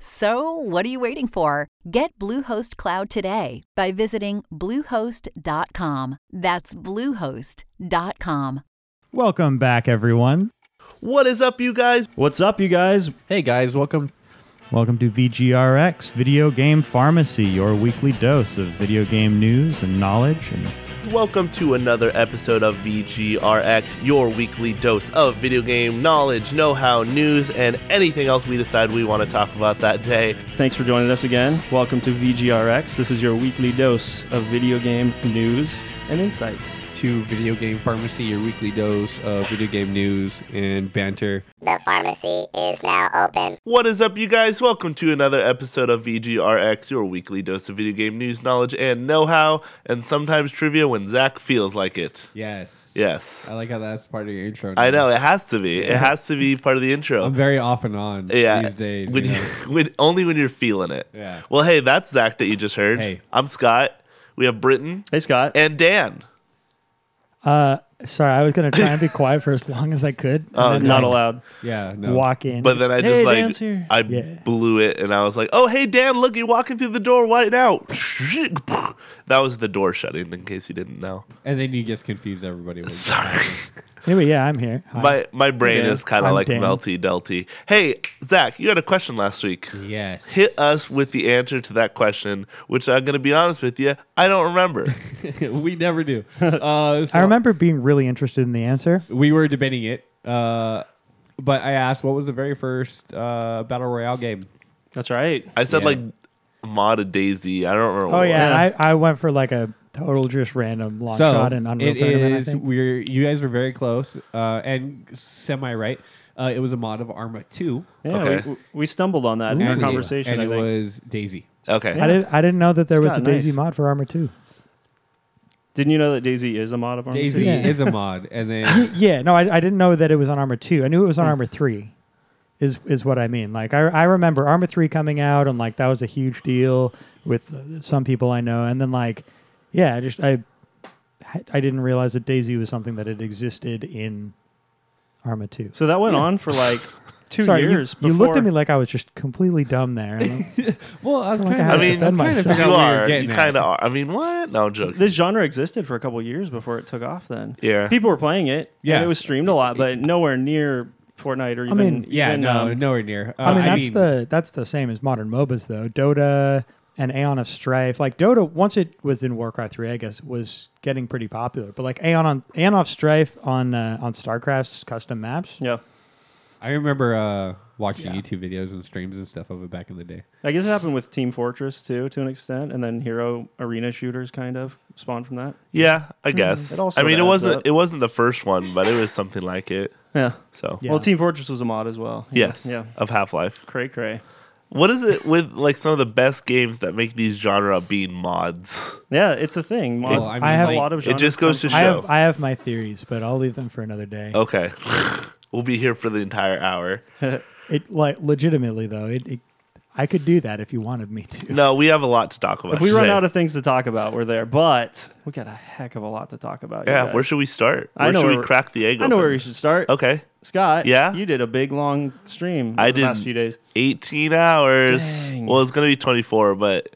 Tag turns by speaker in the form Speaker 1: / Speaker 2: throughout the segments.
Speaker 1: So, what are you waiting for? Get Bluehost Cloud today by visiting Bluehost.com. That's Bluehost.com.
Speaker 2: Welcome back, everyone.
Speaker 3: What is up, you guys?
Speaker 4: What's up, you guys?
Speaker 5: Hey guys, welcome.
Speaker 2: Welcome to VGRX Video Game Pharmacy, your weekly dose of video game news and knowledge. And
Speaker 3: Welcome to another episode of VGRX, your weekly dose of video game knowledge, know how, news, and anything else we decide we want to talk about that day.
Speaker 4: Thanks for joining us again. Welcome to VGRX. This is your weekly dose of video game news and insight.
Speaker 5: To Video Game Pharmacy, your weekly dose of video game news and banter.
Speaker 6: The pharmacy is now open.
Speaker 3: What is up, you guys? Welcome to another episode of VGRX, your weekly dose of video game news, knowledge, and know how, and sometimes trivia when Zach feels like it.
Speaker 5: Yes.
Speaker 3: Yes.
Speaker 5: I like how that's part of your intro.
Speaker 3: I
Speaker 5: now.
Speaker 3: know, it has to be. It has to be part of the
Speaker 5: I'm
Speaker 3: intro.
Speaker 5: very off and on
Speaker 3: Yeah.
Speaker 5: these days.
Speaker 3: When
Speaker 5: you
Speaker 3: you,
Speaker 5: know.
Speaker 3: when, only when you're feeling it.
Speaker 5: Yeah.
Speaker 3: Well, hey, that's Zach that you just heard.
Speaker 5: Hey.
Speaker 3: I'm Scott. We have Britton
Speaker 4: Hey, Scott.
Speaker 3: and Dan.
Speaker 7: Sorry, I was gonna try and be quiet for as long as I could. and
Speaker 3: Oh,
Speaker 7: then,
Speaker 4: Not
Speaker 7: like,
Speaker 4: allowed.
Speaker 5: Yeah. No.
Speaker 7: Walk in,
Speaker 3: But then I just
Speaker 4: Hey,
Speaker 3: like
Speaker 4: Dan's here.
Speaker 3: I
Speaker 7: Yeah.
Speaker 3: blew it, and I was like, "Oh, hey Dan, look, you're walking through the door right now." That was the door shutting, in case you didn't know.
Speaker 5: and then you just confuse everybody. With
Speaker 3: Sorry,
Speaker 7: anyway, yeah, I'm here. Hi.
Speaker 3: my my brain
Speaker 4: Dan.
Speaker 3: is kind of
Speaker 7: I'm
Speaker 3: like
Speaker 7: Dan.
Speaker 3: melty delty. Hey Zach, you had a question last week.
Speaker 5: yes.
Speaker 3: Hit us with the answer to that question, which I'm gonna be honest with you, I don't remember.
Speaker 5: we never do. Uh, so
Speaker 7: I remember being really interested in the answer.
Speaker 5: we were debating it, uh, but I asked what was the very first uh, battle royale game.
Speaker 4: That's right.
Speaker 3: I said
Speaker 5: Yeah.
Speaker 3: like Mod of Daisy. I don't remember.
Speaker 7: Oh
Speaker 3: what.
Speaker 7: yeah, I, I went for like a total just random long shot and Unreal
Speaker 5: it
Speaker 7: Tournament.
Speaker 5: is-
Speaker 7: I think.
Speaker 5: We're you guys were very close uh, and semi right. Uh, it was a mod of Arma Two
Speaker 4: Yeah,
Speaker 3: Okay.
Speaker 4: we, we stumbled on that in our
Speaker 5: And-
Speaker 4: conversation.
Speaker 5: and
Speaker 4: I
Speaker 5: it
Speaker 4: think.
Speaker 5: was Daisy.
Speaker 3: Okay.
Speaker 7: I didn't I didn't know that there was a
Speaker 4: Scott,
Speaker 7: Daisy
Speaker 4: nice.
Speaker 7: mod for Armor Two.
Speaker 4: Didn't you know that Daisy is a mod of Arma?
Speaker 5: Daisy
Speaker 7: Yeah.
Speaker 5: is a mod, and then
Speaker 7: Yeah, no, I, I didn't know that it was on Armor Two. I knew it was on
Speaker 4: Hmm.
Speaker 7: Armor Three. Is is what I mean. Like I I remember Armor Three coming out and like that was a huge deal with uh, some people I know, and then like yeah, I just I I didn't realize that Daisy was something that had existed in Arma Two.
Speaker 4: So that went on for like two
Speaker 7: Sorry, you-
Speaker 4: years.
Speaker 7: you,
Speaker 4: before.
Speaker 7: looked at me like I was just completely dumb there. And I'm-
Speaker 5: well, I was
Speaker 7: Like, I
Speaker 5: kind of.
Speaker 3: I
Speaker 7: had to
Speaker 3: mean,
Speaker 7: defend
Speaker 5: trying to
Speaker 7: myself.
Speaker 5: figure
Speaker 3: you
Speaker 5: out where you're
Speaker 3: are. You
Speaker 5: getting at.
Speaker 3: kind of are. I mean, what? No, I'm joking.
Speaker 4: this genre existed for a couple years before it took off. Then
Speaker 3: Yeah.
Speaker 4: people were playing it. and
Speaker 5: Yeah.
Speaker 4: it was streamed a lot, but nowhere near Fortnite or even.
Speaker 7: mean,
Speaker 5: Yeah,
Speaker 4: even,
Speaker 5: no,
Speaker 4: um,
Speaker 5: nowhere near. Uh,
Speaker 7: I mean, that's the that's the same as modern MOBAs though. Dota and Aeon of Strife. Like Dota, once it was in Warcraft three, I guess was getting pretty popular. But like Aeon on Aeon of Strife on uh, on Starcraft's custom maps.
Speaker 4: Yeah.
Speaker 5: I remember uh, watching YouTube videos and streams and stuff of it back in the day.
Speaker 4: I guess it happened with Team Fortress too, to an extent, and then Hero Arena shooters kind of spawned from that.
Speaker 3: Yeah, I guess.
Speaker 4: Hmm, It all
Speaker 3: I
Speaker 4: sorta
Speaker 3: mean, it
Speaker 4: adds
Speaker 3: wasn't
Speaker 4: up.
Speaker 3: it wasn't the first one, but it was something like it.
Speaker 4: Yeah.
Speaker 3: So
Speaker 7: Yeah.
Speaker 4: Well, Team Fortress was a mod as well. Yeah.
Speaker 3: yes,
Speaker 4: Yeah.
Speaker 3: of Half Life.
Speaker 4: Cray cray.
Speaker 3: What is it with like some of the best games that make these genre being mods?
Speaker 4: Yeah, it's a thing. Mods.
Speaker 5: Well, I mean,
Speaker 7: I have
Speaker 4: a
Speaker 5: like-
Speaker 4: lot of.
Speaker 3: It just
Speaker 4: genres
Speaker 3: goes to
Speaker 4: come
Speaker 3: show.
Speaker 4: from-
Speaker 7: I have I have my theories, but I'll leave them for another day.
Speaker 3: Okay, we'll be here for the entire hour.
Speaker 7: It like legitimately though, it, it I could do that if you wanted me to.
Speaker 3: No, we have a lot to talk about.
Speaker 4: If we run
Speaker 3: today.
Speaker 4: out of things to talk about, we're there. But we got a heck of a lot to talk about. you
Speaker 3: yeah,
Speaker 4: guys.
Speaker 3: where should we start?
Speaker 4: I
Speaker 3: Where
Speaker 4: know
Speaker 3: should we
Speaker 4: where-
Speaker 3: crack the egg?
Speaker 4: I know
Speaker 3: open?
Speaker 4: where we should start.
Speaker 3: Okay,
Speaker 4: Scott.
Speaker 3: Yeah?
Speaker 4: You did a big long stream.
Speaker 3: I
Speaker 4: I the last
Speaker 3: did-
Speaker 4: few days.
Speaker 3: eighteen hours.
Speaker 4: Dang.
Speaker 3: Well, it's gonna be twenty four, but.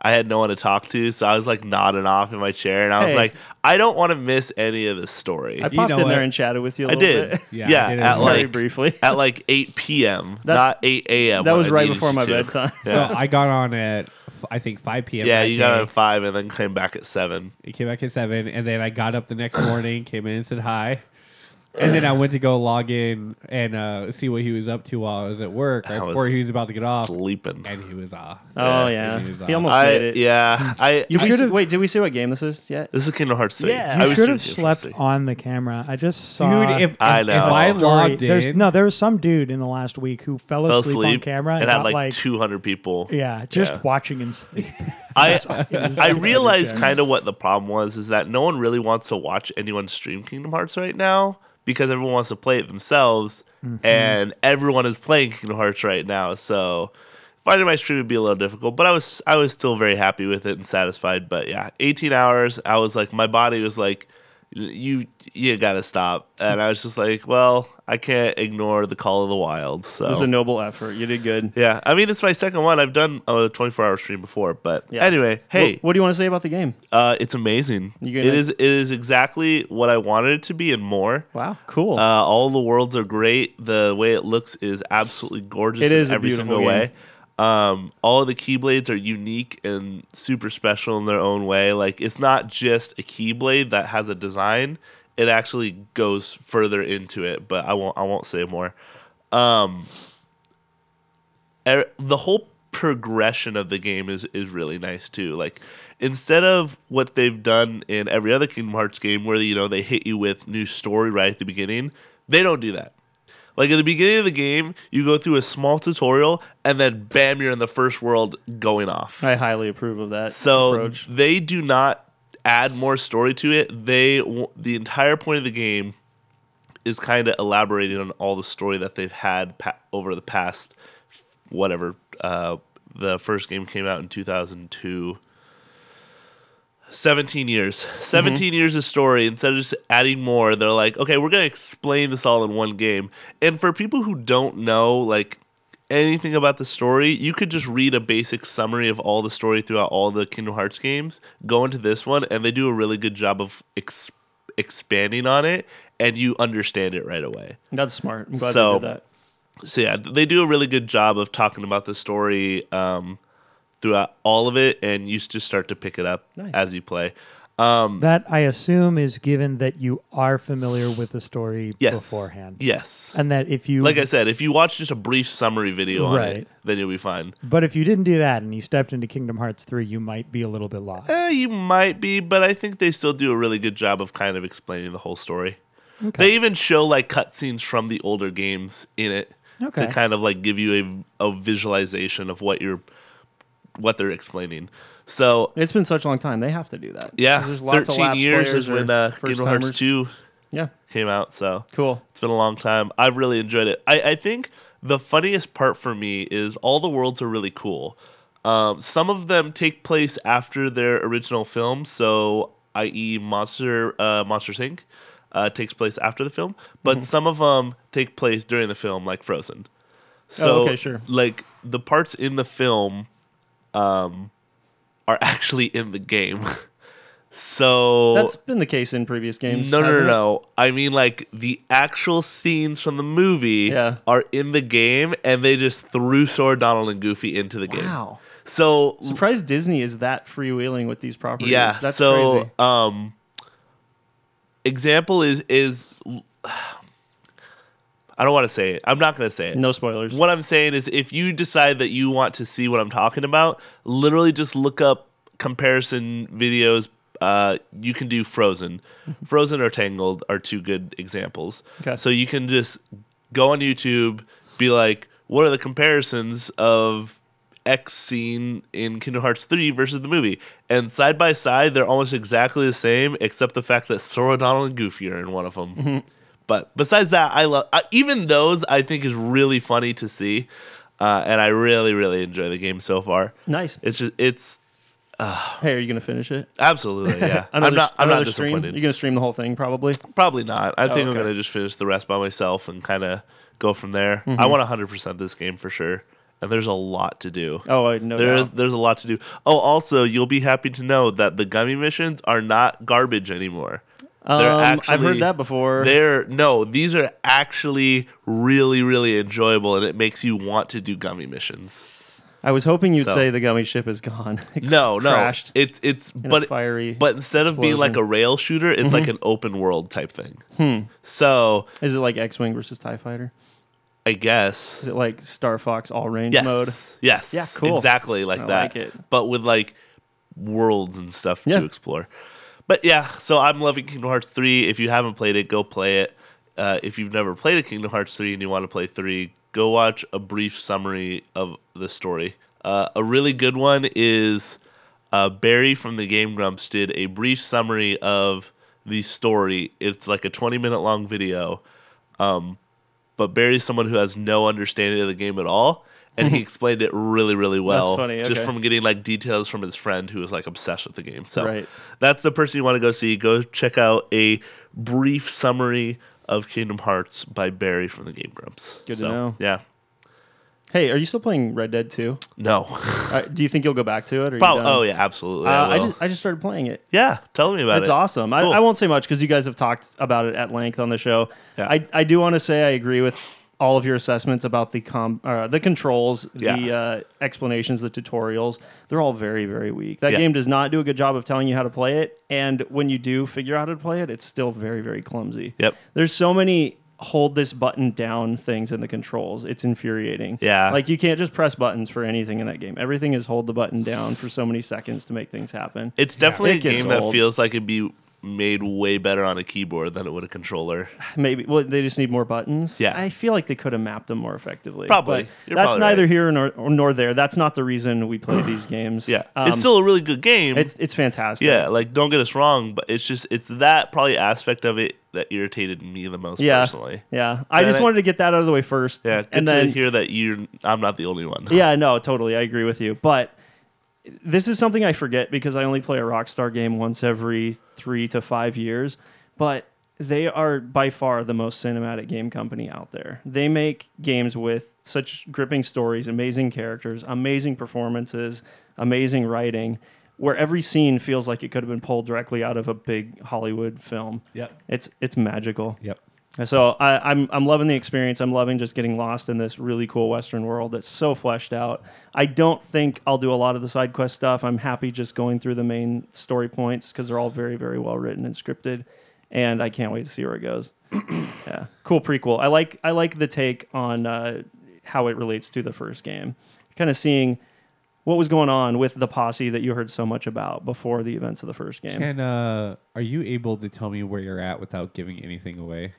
Speaker 3: I had no one to talk to, so I was like nodding off in my chair, and I was
Speaker 4: Hey.
Speaker 3: like, "I don't want to miss any of this story."
Speaker 4: I
Speaker 3: I,
Speaker 5: You
Speaker 4: popped
Speaker 5: know
Speaker 4: in there
Speaker 5: what?
Speaker 4: and chatted with you. a little
Speaker 3: did,
Speaker 4: Bit.
Speaker 3: yeah,
Speaker 5: Yeah, I did it
Speaker 3: at
Speaker 5: as well.
Speaker 4: Very
Speaker 3: like
Speaker 4: briefly.
Speaker 3: at like 8 p.m.,
Speaker 4: That's-
Speaker 3: not 8 a.m.
Speaker 4: that
Speaker 3: when
Speaker 4: was
Speaker 3: I
Speaker 4: right
Speaker 3: needed
Speaker 4: before
Speaker 3: you
Speaker 4: my
Speaker 3: to.
Speaker 4: bedtime.
Speaker 3: Yeah.
Speaker 5: So I got on at f- I think 5 p.m.
Speaker 3: yeah,
Speaker 5: that
Speaker 3: you got
Speaker 5: day.
Speaker 3: on at 5 and then came back at 7.
Speaker 5: It came back at seven, and then I got up the next morning, came in and said hi, and then I went to go log in and uh, see what he was up to while I was at work, right
Speaker 3: was Uh,
Speaker 5: before he was about to get off,
Speaker 3: Sleeping.
Speaker 5: and he was off.
Speaker 3: Yeah,
Speaker 4: Oh yeah,
Speaker 5: he was
Speaker 4: he
Speaker 5: off.
Speaker 4: almost
Speaker 3: I
Speaker 4: made it.
Speaker 3: yeah. I
Speaker 4: You
Speaker 3: I-
Speaker 4: we
Speaker 7: should've-
Speaker 4: see- wait, did we see what game this is yet?
Speaker 3: This is a Kingdom Hearts thing.
Speaker 4: Yeah.
Speaker 3: I
Speaker 7: You
Speaker 3: was
Speaker 7: should have
Speaker 3: thinking-
Speaker 7: slept on the camera. I just saw.
Speaker 5: Dude, if
Speaker 3: I
Speaker 5: if-
Speaker 3: know.
Speaker 5: if I
Speaker 3: Story.
Speaker 5: logged in,
Speaker 7: There's, no, there was some dude in the last week who fell,
Speaker 3: fell
Speaker 7: asleep, on
Speaker 3: asleep
Speaker 7: camera and
Speaker 3: and had
Speaker 7: got,
Speaker 3: like, 200 people.
Speaker 7: yeah, just
Speaker 3: Yeah.
Speaker 7: watching him sleep.
Speaker 3: I
Speaker 7: was
Speaker 3: I
Speaker 7: like-
Speaker 3: realized kind of what the problem was is that no one really wants to watch anyone stream Kingdom Hearts right now because everyone wants to play it themselves
Speaker 4: Mm-hmm.
Speaker 3: and everyone is playing Kingdom Hearts right now. So finding my stream would be a little difficult, but I was I was still very happy with it and satisfied. But yeah, 18 hours, I was like my body was like you you gotta stop, and I was just like, well, I can't ignore the call of the wild. So
Speaker 4: It was a noble effort. You did good.
Speaker 3: yeah, I mean it's my second one. I've done a 24 hour stream before, but
Speaker 4: Yeah.
Speaker 3: anyway, hey,
Speaker 4: what, what do you want to say about the game?
Speaker 3: uh, it's amazing.
Speaker 4: You
Speaker 3: It
Speaker 4: gonna-
Speaker 3: is it is exactly what I wanted it to be and more.
Speaker 4: Wow, cool.
Speaker 3: Uh, all the worlds are great. The way it looks is absolutely gorgeous
Speaker 4: It
Speaker 3: in
Speaker 4: is a
Speaker 3: every
Speaker 4: beautiful
Speaker 3: single
Speaker 4: game.
Speaker 3: way. Um, all the keyblades are unique and super special in their own way. Like it's not just a keyblade that has a design. It actually goes further into it, but I won't I won't say more. Um, er, the whole progression of the game is is really nice too. Like instead of what they've done in every other Kingdom Hearts game, where you know they hit you with new story right at the beginning, they don't do that. Like at the beginning of the game, you go through a small tutorial, and then bam, you're in the first world going off.
Speaker 4: I highly approve of that
Speaker 3: So
Speaker 4: approach.
Speaker 3: they do not add more story to it. They w- the entire point of the game is kind of elaborating on all the story that they've had pa- over the past whatever. Uh, the first game came out in 2002. 17 years. 17 years of story. Instead of just adding more, they're like, okay, we're going to explain this all in one game. And for people who don't know, like, anything about the story, you could just read a basic summary of all the story throughout all the Kingdom Hearts games, go into this one, and they do a really good job of ex- expanding on it, and you understand it right away
Speaker 4: That's smart. I'm glad
Speaker 3: So-
Speaker 4: they did that.
Speaker 3: so yeah, they do a really good job of talking about the story um, throughout all of it, and you just start to pick it up
Speaker 4: Nice.
Speaker 3: as you play.
Speaker 7: that I assume is given that you are familiar with the story
Speaker 3: Yes,
Speaker 7: beforehand,
Speaker 3: Yes,
Speaker 7: and that if you
Speaker 3: like
Speaker 4: Mm-hmm.
Speaker 3: I said, if you watch just a brief summary video on
Speaker 7: Right.
Speaker 3: it, then you'll be fine.
Speaker 7: But if you didn't do that and you stepped into Kingdom Hearts 3, you might be a little bit lost.
Speaker 3: Eh, you might be, but I think they still do a really good job of kind of explaining the whole story. They even show like cutscenes from the older games in it
Speaker 7: Okay.
Speaker 3: to kind of like give you a, a visualization of what you're what they're explaining. So
Speaker 4: It's been such a long time. They have to do that. 'Cause
Speaker 3: yeah,
Speaker 4: there's lots of
Speaker 3: thirteen
Speaker 4: lapsed
Speaker 3: years
Speaker 4: players
Speaker 3: is when
Speaker 4: or
Speaker 3: uh,
Speaker 4: first
Speaker 3: Kingdom Hearts
Speaker 4: timers.
Speaker 3: two
Speaker 4: Yeah,
Speaker 3: came out. So
Speaker 4: cool.
Speaker 3: it's been a long time. I've really enjoyed it. I, I think the funniest part for me is all the worlds are really cool. Um, some of them take place after their original film, so i.e. Monster uh, Monsters Inc. Uh, takes place after the film, but
Speaker 4: Mm-hmm.
Speaker 3: some of them take place during the film, like Frozen. So,
Speaker 4: Oh, okay, sure.
Speaker 3: Like the parts in the film um, are actually in the game. so
Speaker 4: That's been the case in previous games.
Speaker 3: no, no, no,
Speaker 4: hasn't it?
Speaker 3: no. I mean, like the actual scenes from the movie
Speaker 4: Yeah.
Speaker 3: are in the game, and they just threw Sword Donald and Goofy into the game.
Speaker 4: Wow.
Speaker 3: So
Speaker 4: Surprised Disney is that freewheeling with these properties.
Speaker 3: yeah.
Speaker 4: That's
Speaker 3: so
Speaker 4: crazy.
Speaker 3: um, example is is I don't want to say it. I'm not going to say it.
Speaker 4: No spoilers.
Speaker 3: What I'm saying is, if you decide that you want to see what I'm talking about, literally just look up comparison videos. Uh, you can do Frozen, Frozen or Tangled are two good examples.
Speaker 4: Okay.
Speaker 3: So you can just go on YouTube, be like, what are the comparisons of X scene in Kingdom Hearts 3 versus the movie? And side by side, they're almost exactly the same, except the fact that Sora, Donald, and Goofy are in one of them. But besides that, I love uh, even those. I think is really funny to see, uh, and I really really enjoy the game so far.
Speaker 4: Nice.
Speaker 3: It's just it's
Speaker 4: Hey, are you gonna finish it?
Speaker 3: absolutely yeah. I'm
Speaker 4: Another-
Speaker 3: not I'm not
Speaker 4: another stream?
Speaker 3: disappointed.
Speaker 4: You're gonna stream the whole thing, probably.
Speaker 3: Probably not. I think I'm
Speaker 4: okay.
Speaker 3: gonna just finish the rest by myself and kind of go from there.
Speaker 4: Mm-hmm.
Speaker 3: I want 100 percent this game for sure, and there's a lot to do.
Speaker 4: Oh, I know.
Speaker 3: There's there's a lot to do. Oh, also you'll be happy to know that the gummy missions are not garbage anymore.
Speaker 4: um,
Speaker 3: they're
Speaker 4: I've
Speaker 3: actually-
Speaker 4: heard that before.
Speaker 3: They're no, these are actually really, really enjoyable, and it makes you want to do gummy missions.
Speaker 4: I I was hoping you'd
Speaker 3: So-
Speaker 4: say the gummy ship is gone. It
Speaker 3: No, no,
Speaker 4: crashed
Speaker 3: it's it's
Speaker 4: in
Speaker 3: but
Speaker 4: a fiery.
Speaker 3: but instead of being like a
Speaker 4: explosion. Mm-hmm. Hmm.
Speaker 3: rail shooter, it's like an open world type thing. So
Speaker 4: is it like X-wing versus Tie Fighter?
Speaker 3: I guess
Speaker 4: Is it like Star Fox all range
Speaker 3: yes,
Speaker 4: mode?
Speaker 3: yes,
Speaker 4: Yeah, cool.
Speaker 3: exactly like
Speaker 4: I
Speaker 3: that.
Speaker 4: like it.
Speaker 3: But with like worlds and stuff
Speaker 4: Yeah.
Speaker 3: to explore. But yeah, so I'm loving Kingdom Hearts three. If you haven't played it, go play it. Uh, if you've never played a Kingdom Hearts three and you want to play three, go watch a brief summary of the story. Uh, a really good one is uh, Barry from the Game Grumps did a brief summary of the story. It's like a 20 minute long video but Barry's someone who has no understanding of the game at all, and he explained it really, really well.
Speaker 4: funny, okay.
Speaker 3: Just from getting like details from his friend who was like obsessed with the game. So
Speaker 4: Right.
Speaker 3: that's the person you want to go see. Go check out a brief summary of Kingdom Hearts by Barry from the Game Grumps.
Speaker 4: Good to
Speaker 3: So,
Speaker 4: know.
Speaker 3: Yeah.
Speaker 4: Hey, are you still playing Red Dead 2?
Speaker 3: No.
Speaker 4: Uh, do you think you'll go back to it? Or are you
Speaker 3: Wow.
Speaker 4: done?
Speaker 3: oh yeah, absolutely.
Speaker 4: Uh,
Speaker 3: I
Speaker 4: I,
Speaker 3: will.
Speaker 4: just I just started playing it.
Speaker 3: yeah. Tell me about
Speaker 4: That's
Speaker 3: it.
Speaker 4: awesome.
Speaker 3: Cool.
Speaker 4: I, I won't say much because you guys have talked about it at length on the show.
Speaker 3: Yeah.
Speaker 4: I, I do want to say I agree with all of your assessments about the com uh, the controls, the
Speaker 3: Yeah.
Speaker 4: uh, explanations, the tutorials. They're all very very weak. That
Speaker 3: Yeah.
Speaker 4: game does not do a good job of telling you how to play it, and when you do figure out how to play it, it's still very very clumsy.
Speaker 3: Yep.
Speaker 4: There's so many hold this button down things in the controls. It's infuriating.
Speaker 3: Yeah.
Speaker 4: Like you can't just press buttons for anything in that game. Everything is hold the button down for so many seconds to make things happen.
Speaker 3: It's definitely
Speaker 4: It
Speaker 3: a
Speaker 4: gets
Speaker 3: game
Speaker 4: old.
Speaker 3: that feels like it'd be made way better on a keyboard than it would a controller.
Speaker 4: Maybe. Well, they just need more buttons.
Speaker 3: Yeah.
Speaker 4: I feel like they could have mapped them more effectively.
Speaker 3: Probably.
Speaker 4: But
Speaker 3: You're
Speaker 4: that's
Speaker 3: probably
Speaker 4: neither
Speaker 3: right.
Speaker 4: here nor, nor there. That's not the reason we play these games.
Speaker 3: Yeah.
Speaker 4: Um,
Speaker 3: it's still a really good game.
Speaker 4: it's it's fantastic.
Speaker 3: Yeah, like don't get us wrong, but it's just it's that probably aspect of it that irritated me the most
Speaker 4: Yeah.
Speaker 3: personally.
Speaker 4: Yeah. I
Speaker 3: Then
Speaker 4: just
Speaker 3: I-
Speaker 4: wanted to get that out of the way first.
Speaker 3: Yeah, good
Speaker 4: and
Speaker 3: to
Speaker 4: then
Speaker 3: hear that you're I'm not the only one.
Speaker 4: yeah, no, totally. I agree with you. But this is something I forget because I only play a Rockstar game once every three to five years. But they are by far the most cinematic game company out there. They make games with such gripping stories, amazing characters, amazing performances, amazing writing, where every scene feels like it could have been pulled directly out of a big Hollywood film.
Speaker 5: Yep.
Speaker 4: It's it's magical.
Speaker 5: Yep.
Speaker 4: And So I, I'm I'm loving the experience. I'm loving just getting lost in this really cool Western world that's so fleshed out. I don't think I'll do a lot of the side quest stuff. I'm happy just going through the main story points because they're all very very well written and scripted, and I can't wait to see where it goes. yeah, cool prequel. I like I like the take on uh, how it relates to the first game. Kind of seeing what was going on with the posse that you heard so much about before the events of the first game.
Speaker 5: And uh, are you able to tell me where you're at without giving anything away?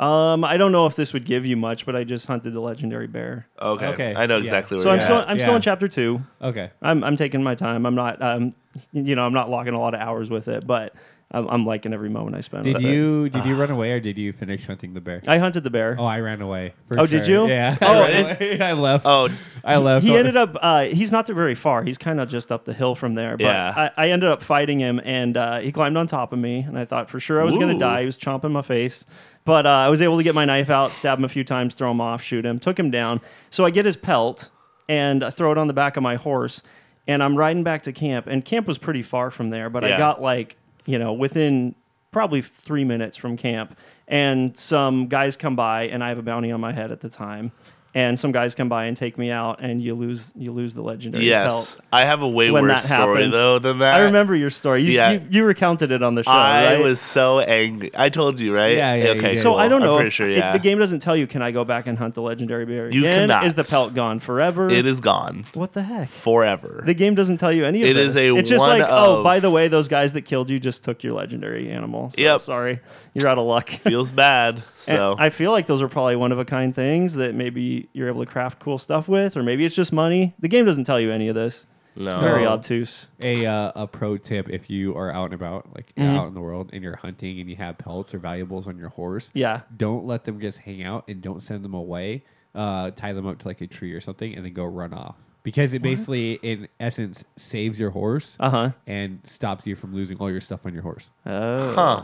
Speaker 4: Um, I don't know if this would give you much, but I just hunted the legendary bear.
Speaker 3: Okay.
Speaker 5: Okay,
Speaker 3: I know
Speaker 5: yeah.
Speaker 3: exactly where
Speaker 4: So
Speaker 3: you're
Speaker 4: I'm still
Speaker 3: at.
Speaker 4: I'm still
Speaker 5: yeah.
Speaker 4: in chapter two.
Speaker 5: Okay.
Speaker 4: I'm I'm taking my time. I'm not um you know I'm not locking a lot of hours with it, but I'm, I'm liking every moment I spend.
Speaker 5: Did
Speaker 4: with
Speaker 5: you did you run away or did you finish hunting the bear?
Speaker 4: It. I hunted the bear.
Speaker 5: Oh, I ran away. for
Speaker 4: Oh, did
Speaker 5: sure.
Speaker 4: you?
Speaker 5: Yeah.
Speaker 4: Oh,
Speaker 5: I, ran away. I left.
Speaker 3: Oh,
Speaker 5: I left.
Speaker 4: He ended up. Uh, he's not very far. He's kind of just up the hill from there. But
Speaker 3: Yeah.
Speaker 4: I, I ended up fighting him, and uh, he climbed on top of me. And I thought for sure I was gonna
Speaker 3: Ooh.
Speaker 4: die. He was chomping my face, but uh, I was able to get my knife out, stab him a few times, throw him off, shoot him, took him down. So I get his pelt and I throw it on the back of my horse, and I'm riding back to camp. And camp was pretty far from there, but I
Speaker 3: Yeah.
Speaker 4: got like you know within probably three minutes from camp and some guys come by and i have a bounty on my head at the time and some guys come by and take me out and you lose you lose the legendary
Speaker 3: yes.
Speaker 4: belt
Speaker 3: I have a way
Speaker 4: when
Speaker 3: worse
Speaker 4: that
Speaker 3: story
Speaker 4: happens
Speaker 3: though than that.
Speaker 4: i remember your story you,
Speaker 3: Yeah.
Speaker 4: you, you recounted it on the show
Speaker 3: I
Speaker 4: right?
Speaker 3: was so angry. I told you, right?
Speaker 5: Yeah, yeah, you
Speaker 3: Okay.
Speaker 5: did.
Speaker 4: so
Speaker 3: cool.
Speaker 4: i don't know
Speaker 3: I'm
Speaker 4: if-
Speaker 3: pretty sure,
Speaker 4: if
Speaker 3: yeah.
Speaker 4: the game doesn't tell you can i go back and hunt the legendary bear
Speaker 3: You
Speaker 4: again?
Speaker 3: cannot.
Speaker 4: is the pelt gone forever
Speaker 3: it is gone
Speaker 4: what the heck
Speaker 3: forever.
Speaker 4: the game doesn't tell you any of
Speaker 3: It
Speaker 4: this.
Speaker 3: is a
Speaker 4: it's just
Speaker 3: one
Speaker 4: like, oh,
Speaker 3: of-
Speaker 4: by the way, those guys that killed you just took your legendary animal. So
Speaker 3: Yep.
Speaker 4: sorry, you're out of luck.
Speaker 3: Feels bad.
Speaker 4: And
Speaker 3: So
Speaker 4: I feel like those are probably one of a kind things that maybe you're able to craft cool stuff with, or maybe it's just money. The game doesn't tell you any of this.
Speaker 3: no.
Speaker 4: It's very
Speaker 5: No.
Speaker 4: obtuse.
Speaker 5: a uh, a pro tip if you are out and about, like
Speaker 4: Mm-hmm.
Speaker 5: out in the world, and you're hunting and you have pelts or valuables on your horse.
Speaker 4: Yeah.
Speaker 5: Don't let them just hang out and don't send them away. Uh, tie them up to like a tree or something and then go run off because it basically, in essence, saves your horse
Speaker 4: Uh-huh.
Speaker 5: and stops you from losing all your stuff on your horse.
Speaker 4: Oh.
Speaker 3: Huh.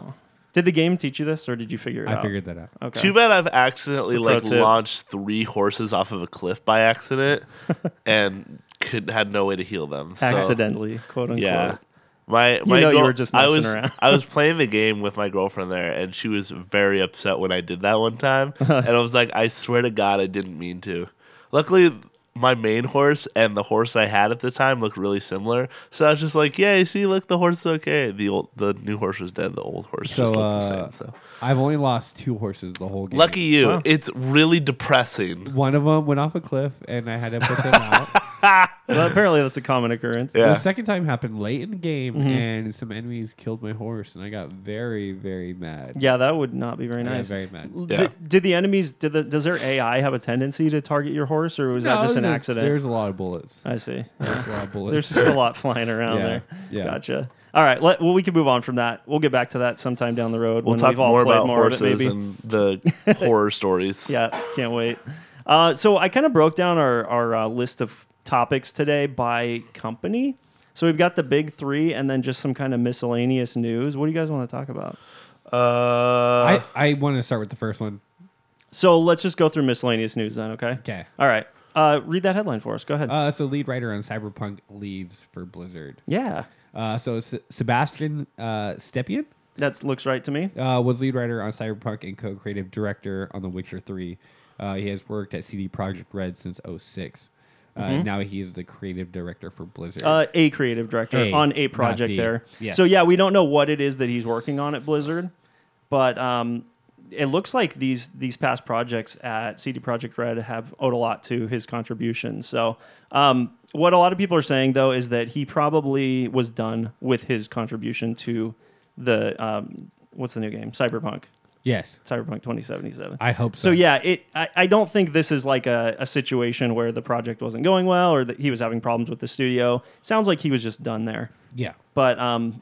Speaker 4: Did the game teach you this, or did you figure it out?
Speaker 5: I figured that out.
Speaker 4: Okay.
Speaker 3: Too bad I've accidentally
Speaker 4: It's a pro
Speaker 3: like
Speaker 4: tip.
Speaker 3: launched three horses off of a cliff by accident and could had no way to heal them. So,
Speaker 4: Accidentally, quote unquote.
Speaker 3: Yeah. My my
Speaker 4: know you
Speaker 3: girl-
Speaker 4: were just
Speaker 3: I
Speaker 4: messing
Speaker 3: was
Speaker 4: around.
Speaker 3: I was playing the game with my girlfriend there and she was very upset when I did that one time and I was like I swear to god I didn't mean to. Luckily my main horse and the horse I had at the time looked really similar. So I was just like, "Yeah, see, look, the horse is okay." The old, the new horse was dead. The old horse
Speaker 5: So,
Speaker 3: just looked
Speaker 5: uh,
Speaker 3: the same. So
Speaker 5: I've only lost two horses the whole game.
Speaker 3: lucky you.
Speaker 2: Wow.
Speaker 3: It's really depressing.
Speaker 5: One of them went off a cliff, and I had to put them out.
Speaker 4: So apparently, that's a common occurrence.
Speaker 3: Yeah.
Speaker 5: The second time happened late in the game,
Speaker 4: Mm-hmm.
Speaker 5: and some enemies killed my horse, and I got very, very mad.
Speaker 4: Yeah, that would not be very
Speaker 5: I got
Speaker 4: nice.
Speaker 5: very mad.
Speaker 4: L-
Speaker 3: Yeah.
Speaker 4: Did, did the enemies? Did the, does their AI have a tendency to target your horse, or was that
Speaker 5: No,
Speaker 4: just
Speaker 5: it
Speaker 4: an
Speaker 5: was
Speaker 4: accident?
Speaker 5: There's a lot of bullets.
Speaker 4: I see.
Speaker 5: There's a lot of bullets.
Speaker 4: There's just a lot flying around
Speaker 5: Yeah,
Speaker 4: there.
Speaker 5: yeah.
Speaker 4: Gotcha. All right. Let, well, we can move on from that. We'll get back to that sometime down the road
Speaker 3: We'll
Speaker 4: when
Speaker 3: talk
Speaker 4: we've all
Speaker 3: more
Speaker 4: played
Speaker 3: about
Speaker 4: more
Speaker 3: horses
Speaker 4: of it, maybe.
Speaker 3: and the horror stories.
Speaker 4: Yeah, can't wait. Uh, so I kind of broke down our, our uh, list of topics today by company. So we've got the big three and then just some kind of miscellaneous news. What do you guys want to talk about?
Speaker 3: Uh,
Speaker 5: I, I want to start with the first one.
Speaker 4: So let's just go through miscellaneous news then, okay?
Speaker 5: Okay.
Speaker 4: All right. Uh, read that headline for us. Go ahead.
Speaker 5: Uh, so lead writer on Cyberpunk leaves for Blizzard.
Speaker 4: yeah,
Speaker 5: Uh, so S- Sebastian uh, Stepien
Speaker 4: that looks right to me.
Speaker 5: uh, was lead writer on Cyberpunk and co-creative director on The Witcher 3. Uh, he has worked at CD Projekt Red since 06. Uh, Now he is the creative director for Blizzard.
Speaker 4: Mm-hmm. Uh, a creative director
Speaker 5: A,
Speaker 4: on a
Speaker 5: not
Speaker 4: project
Speaker 5: the-
Speaker 4: there.
Speaker 5: yes.
Speaker 4: So yeah, we don't know what it is that he's working on at Blizzard, but um, it looks like these these past projects at CD Project Red have owed a lot to his contribution. So um, what a lot of people are saying though is that he probably was done with his contribution to the um, what's the new game Cyberpunk
Speaker 5: yes,
Speaker 4: Cyberpunk 2077.
Speaker 5: I hope so.
Speaker 4: So yeah, it. I, I don't think this is like a, a situation where the project wasn't going well or that he was having problems with the studio. Sounds like he was just done there.
Speaker 5: yeah.
Speaker 4: But um,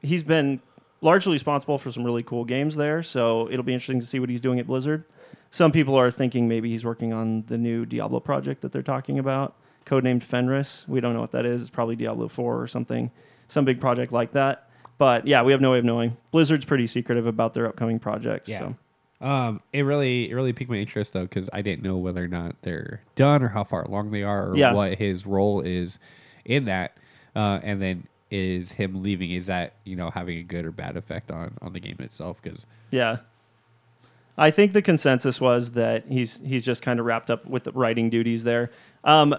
Speaker 4: he's been largely responsible for some really cool games there. So it'll be interesting to see what he's doing at Blizzard. Some people are thinking maybe he's working on the new Diablo project that they're talking about, codenamed Fenris. We don't know what that is. It's probably Diablo 4 or something, some big project like that. But yeah, we have no way of knowing. Blizzard's pretty secretive about their upcoming projects.
Speaker 5: Yeah.
Speaker 4: So.
Speaker 5: Um, it really, it really piqued my interest though, because I didn't know whether or not they're done or how far along they are or
Speaker 4: Yeah.
Speaker 5: what his role is in that. Uh, and then is him leaving? Is that you know having a good or bad effect on on the game itself? Because
Speaker 4: Yeah. I think the consensus was that he's he's just kind of wrapped up with the writing duties there. Um,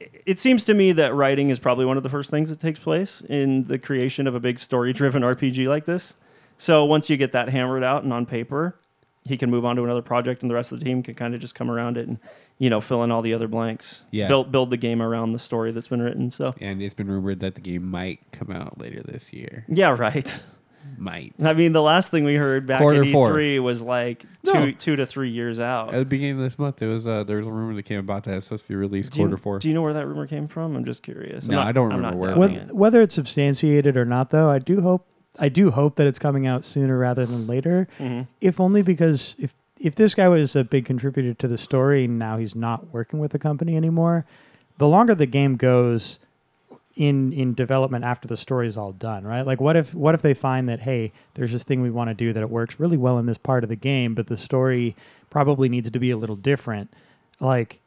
Speaker 4: it seems to me that writing is probably one of the first things that takes place in the creation of a big story-driven RPG like this. So once you get that hammered out and on paper, he can move on to another project, and the rest of the team can kind of just come around it and you know fill in all the other blanks.
Speaker 5: Yeah.
Speaker 4: build build the game around the story that's been written. So
Speaker 5: and it's been rumored that the game might come out later this year.
Speaker 4: yeah, right.
Speaker 5: Might
Speaker 4: I mean, the last thing we heard back
Speaker 5: Quarter
Speaker 4: in E3
Speaker 5: four.
Speaker 4: was like two
Speaker 5: No.
Speaker 4: two to three years out.
Speaker 5: at the beginning of this month, it was uh, there was a rumor that came about that it's supposed to be released
Speaker 4: Do you-
Speaker 5: quarter four.
Speaker 4: Do you know where that rumor came from? I'm just curious. I'm
Speaker 5: No,
Speaker 4: not-
Speaker 5: I don't
Speaker 4: I'm not
Speaker 5: remember where
Speaker 4: doubting
Speaker 7: Whether,
Speaker 4: it.
Speaker 7: whether it's substantiated or not, though, I do hope I do hope that it's coming out sooner rather than later.
Speaker 4: Mm-hmm.
Speaker 7: If only because if if this guy was a big contributor to the story and now he's not working with the company anymore, the longer the game goes in in development after the story is all done, right? Like what if what if they find that hey, there's this thing we want to do that it works really well in this part of the game, but the story probably needs to be a little different. Like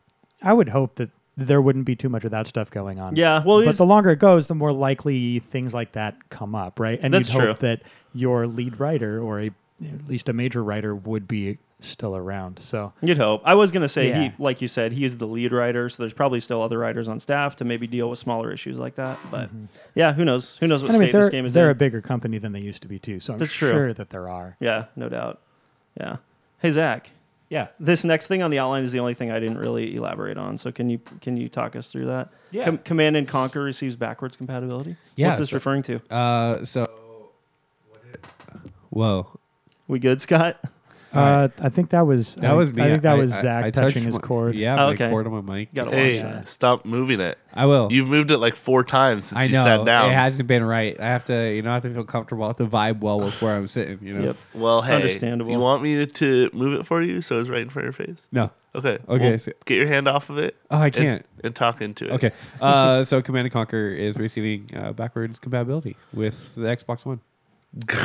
Speaker 7: I would hope that there wouldn't be too much of that stuff going on
Speaker 4: Yeah, well,
Speaker 7: but
Speaker 4: it's,
Speaker 7: the longer it goes, the more likely things like that come up, right? And
Speaker 4: That's
Speaker 7: you'd hope
Speaker 4: true.
Speaker 7: that your lead writer or a at least a major writer would be still around. So
Speaker 4: you'd hope. I was gonna say
Speaker 7: Yeah.
Speaker 4: he, like you said, he is the lead writer, so there's probably still other writers on staff to maybe deal with smaller issues like that. But
Speaker 5: Mm-hmm.
Speaker 4: yeah, who knows? Who knows what
Speaker 7: and I mean,
Speaker 4: state this
Speaker 7: they're,
Speaker 4: game is
Speaker 7: they're a
Speaker 4: in?
Speaker 7: bigger company than they used to be too. So I'm
Speaker 4: That's true.
Speaker 7: sure that there are.
Speaker 4: yeah, no doubt. Yeah. Hey Zach,
Speaker 5: yeah,
Speaker 4: this next thing on the outline is the only thing I didn't really elaborate on. So can you can you talk us through that?
Speaker 5: Yeah.
Speaker 4: Com- Command and Conquer receives backwards compatibility.
Speaker 5: Yeah,
Speaker 4: What's this
Speaker 5: so-
Speaker 4: referring to?
Speaker 5: Uh, so whoa,
Speaker 4: We good, Scott?
Speaker 7: Uh, I think that was
Speaker 5: that
Speaker 7: I,
Speaker 5: was me.
Speaker 7: I think that was
Speaker 5: I-
Speaker 7: Zach
Speaker 5: I touched
Speaker 7: touching his
Speaker 5: my-
Speaker 7: cord.
Speaker 5: Yeah,
Speaker 4: Oh,
Speaker 5: my
Speaker 4: okay.
Speaker 5: cord on my mic.
Speaker 4: Gotta
Speaker 3: hey,
Speaker 4: watch that.
Speaker 3: stop moving it.
Speaker 5: I will.
Speaker 3: You've moved it like four times since
Speaker 5: I
Speaker 3: you
Speaker 5: know
Speaker 3: sat down.
Speaker 5: it hasn't been right. I have to, you know, I have to feel comfortable. I have to vibe well with where I'm sitting. You know.
Speaker 4: Yep.
Speaker 3: well, hey,
Speaker 4: Understandable.
Speaker 3: you want me to move it for you so it's right in front of your face?
Speaker 5: No.
Speaker 3: Okay.
Speaker 5: Okay,
Speaker 3: well,
Speaker 5: so-
Speaker 3: get your hand off of it.
Speaker 5: Oh, I
Speaker 3: and-
Speaker 5: can't.
Speaker 3: And, talk into it.
Speaker 5: Okay. Uh, so Command and Conquer is receiving uh, backwards compatibility with the Xbox One.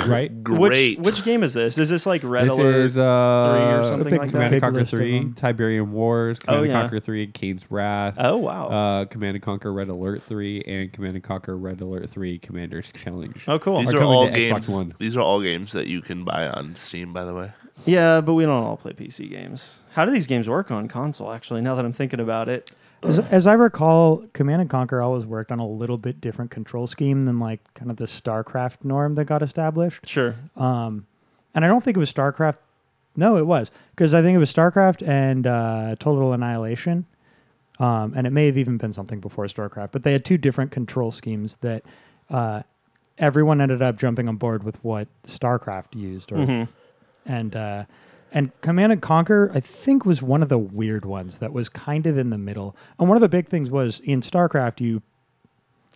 Speaker 5: Right.
Speaker 3: Great.
Speaker 4: Which which game is this? Is this like Red
Speaker 5: This
Speaker 4: Alert?
Speaker 5: is uh,
Speaker 4: or something
Speaker 7: like
Speaker 5: Command
Speaker 7: that?
Speaker 5: and
Speaker 7: Big
Speaker 5: Conquer
Speaker 7: list of
Speaker 5: Three,
Speaker 7: them.
Speaker 5: Tiberium Wars, Command and
Speaker 4: Oh, yeah.
Speaker 5: Conquer Three, Cain's Wrath.
Speaker 4: oh wow.
Speaker 5: Uh, Command and Conquer Red Alert 3 and Command and Conquer Red Alert 3 Commander's Challenge.
Speaker 4: oh cool.
Speaker 5: Are
Speaker 3: These are
Speaker 5: coming
Speaker 3: all
Speaker 5: to Xbox
Speaker 3: games.
Speaker 5: One.
Speaker 3: These are all games that you can buy on Steam, by the way.
Speaker 4: Yeah, but we don't all play PC games. How do these games work on console? Actually, now that I'm thinking about it,
Speaker 7: As, as I recall, Command and Conquer always worked on a little bit different control scheme than like kind of the StarCraft norm that got established.
Speaker 4: Sure.
Speaker 7: and I don't think it was StarCraft. No, it was because I think it was StarCraft and uh, Total Annihilation, um, and it may have even been something before StarCraft. But they had two different control schemes that uh, everyone ended up jumping on board with what StarCraft used, or, and uh, and Command and Conquer I think was one of the weird ones that was kind of in the middle. And one of the big things was in StarCraft you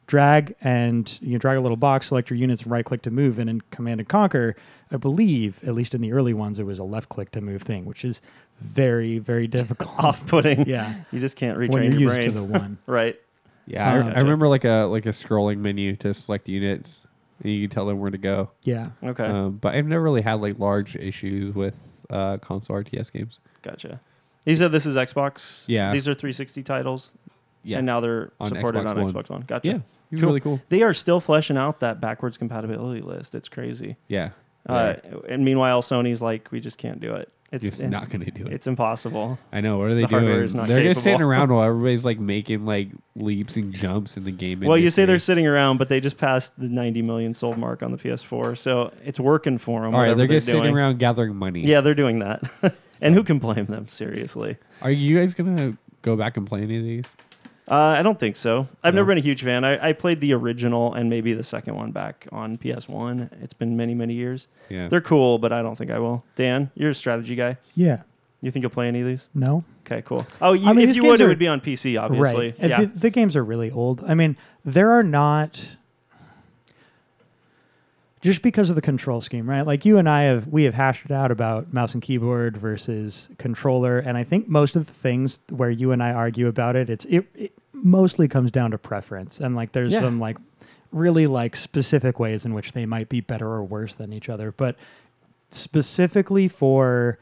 Speaker 7: drag and you drag a little box, select your units, and right click to move. And in Command and Conquer, I believe, at least in the early ones, it was a left click to move thing, which is very, very difficult.
Speaker 4: Off-putting.
Speaker 7: Yeah.
Speaker 4: You just can't retrain
Speaker 7: when you're
Speaker 4: your
Speaker 7: used
Speaker 4: brain.
Speaker 7: to the one.
Speaker 4: right.
Speaker 5: Yeah, I,
Speaker 7: Oh,
Speaker 5: I remember like a like a scrolling menu to select units, and you can tell them where to go.
Speaker 7: Yeah.
Speaker 4: Okay.
Speaker 5: Um, but I've never really had like large issues with uh, console RTS games.
Speaker 4: Gotcha. You said this is Xbox.
Speaker 5: Yeah.
Speaker 4: These are 360 titles.
Speaker 5: Yeah,
Speaker 4: And uh, now they're
Speaker 5: On
Speaker 4: supported
Speaker 5: Xbox
Speaker 4: on
Speaker 5: One.
Speaker 4: Xbox One. Gotcha.
Speaker 5: yeah, it was really cool.
Speaker 4: They are still fleshing out that backwards compatibility list. It's crazy.
Speaker 5: Yeah,
Speaker 4: Uh, and meanwhile, Sony's like, we just can't do it. It's
Speaker 5: It's not gonna do it.
Speaker 4: It's impossible.
Speaker 5: I know. What are they
Speaker 4: the
Speaker 5: doing?
Speaker 4: hardware
Speaker 5: They're
Speaker 4: is not
Speaker 5: just sitting
Speaker 4: capable.
Speaker 5: around while everybody's like making like leaps and jumps in the game.
Speaker 4: Well, you say
Speaker 5: industry.
Speaker 4: they're sitting around, but they just passed the 90 million sold mark on the PS4, so it's working for them.
Speaker 5: all right. They're just
Speaker 4: doing.
Speaker 5: sitting around gathering money.
Speaker 4: Yeah, they're doing that. and who can blame them? Seriously,
Speaker 5: Are you guys gonna go back and play any of these?
Speaker 4: uh, I don't think so. I've never been a huge fan. I, I played the original and maybe the second one back on PS1. It's been many, many years.
Speaker 5: Yeah.
Speaker 4: They're cool, but I don't think I will. Dan, you're a strategy guy.
Speaker 7: Yeah.
Speaker 4: You think you'll play any of these?
Speaker 7: No.
Speaker 4: Okay, cool. Oh, you,
Speaker 7: I mean,
Speaker 4: if
Speaker 7: these
Speaker 4: you would,
Speaker 7: games
Speaker 4: it
Speaker 7: are-
Speaker 4: would be on PC, obviously.
Speaker 7: Right. And
Speaker 4: Yeah.
Speaker 7: The, the games are really old. I mean, there are not just because of the control scheme, right? Like you and I have we have hashed it out about mouse and keyboard versus controller, and I think most of the things where you and I argue about it, it's it, it mostly comes down to preference, and like there's
Speaker 4: Yeah.
Speaker 7: some like really like specific ways in which they might be better or worse than each other, but specifically for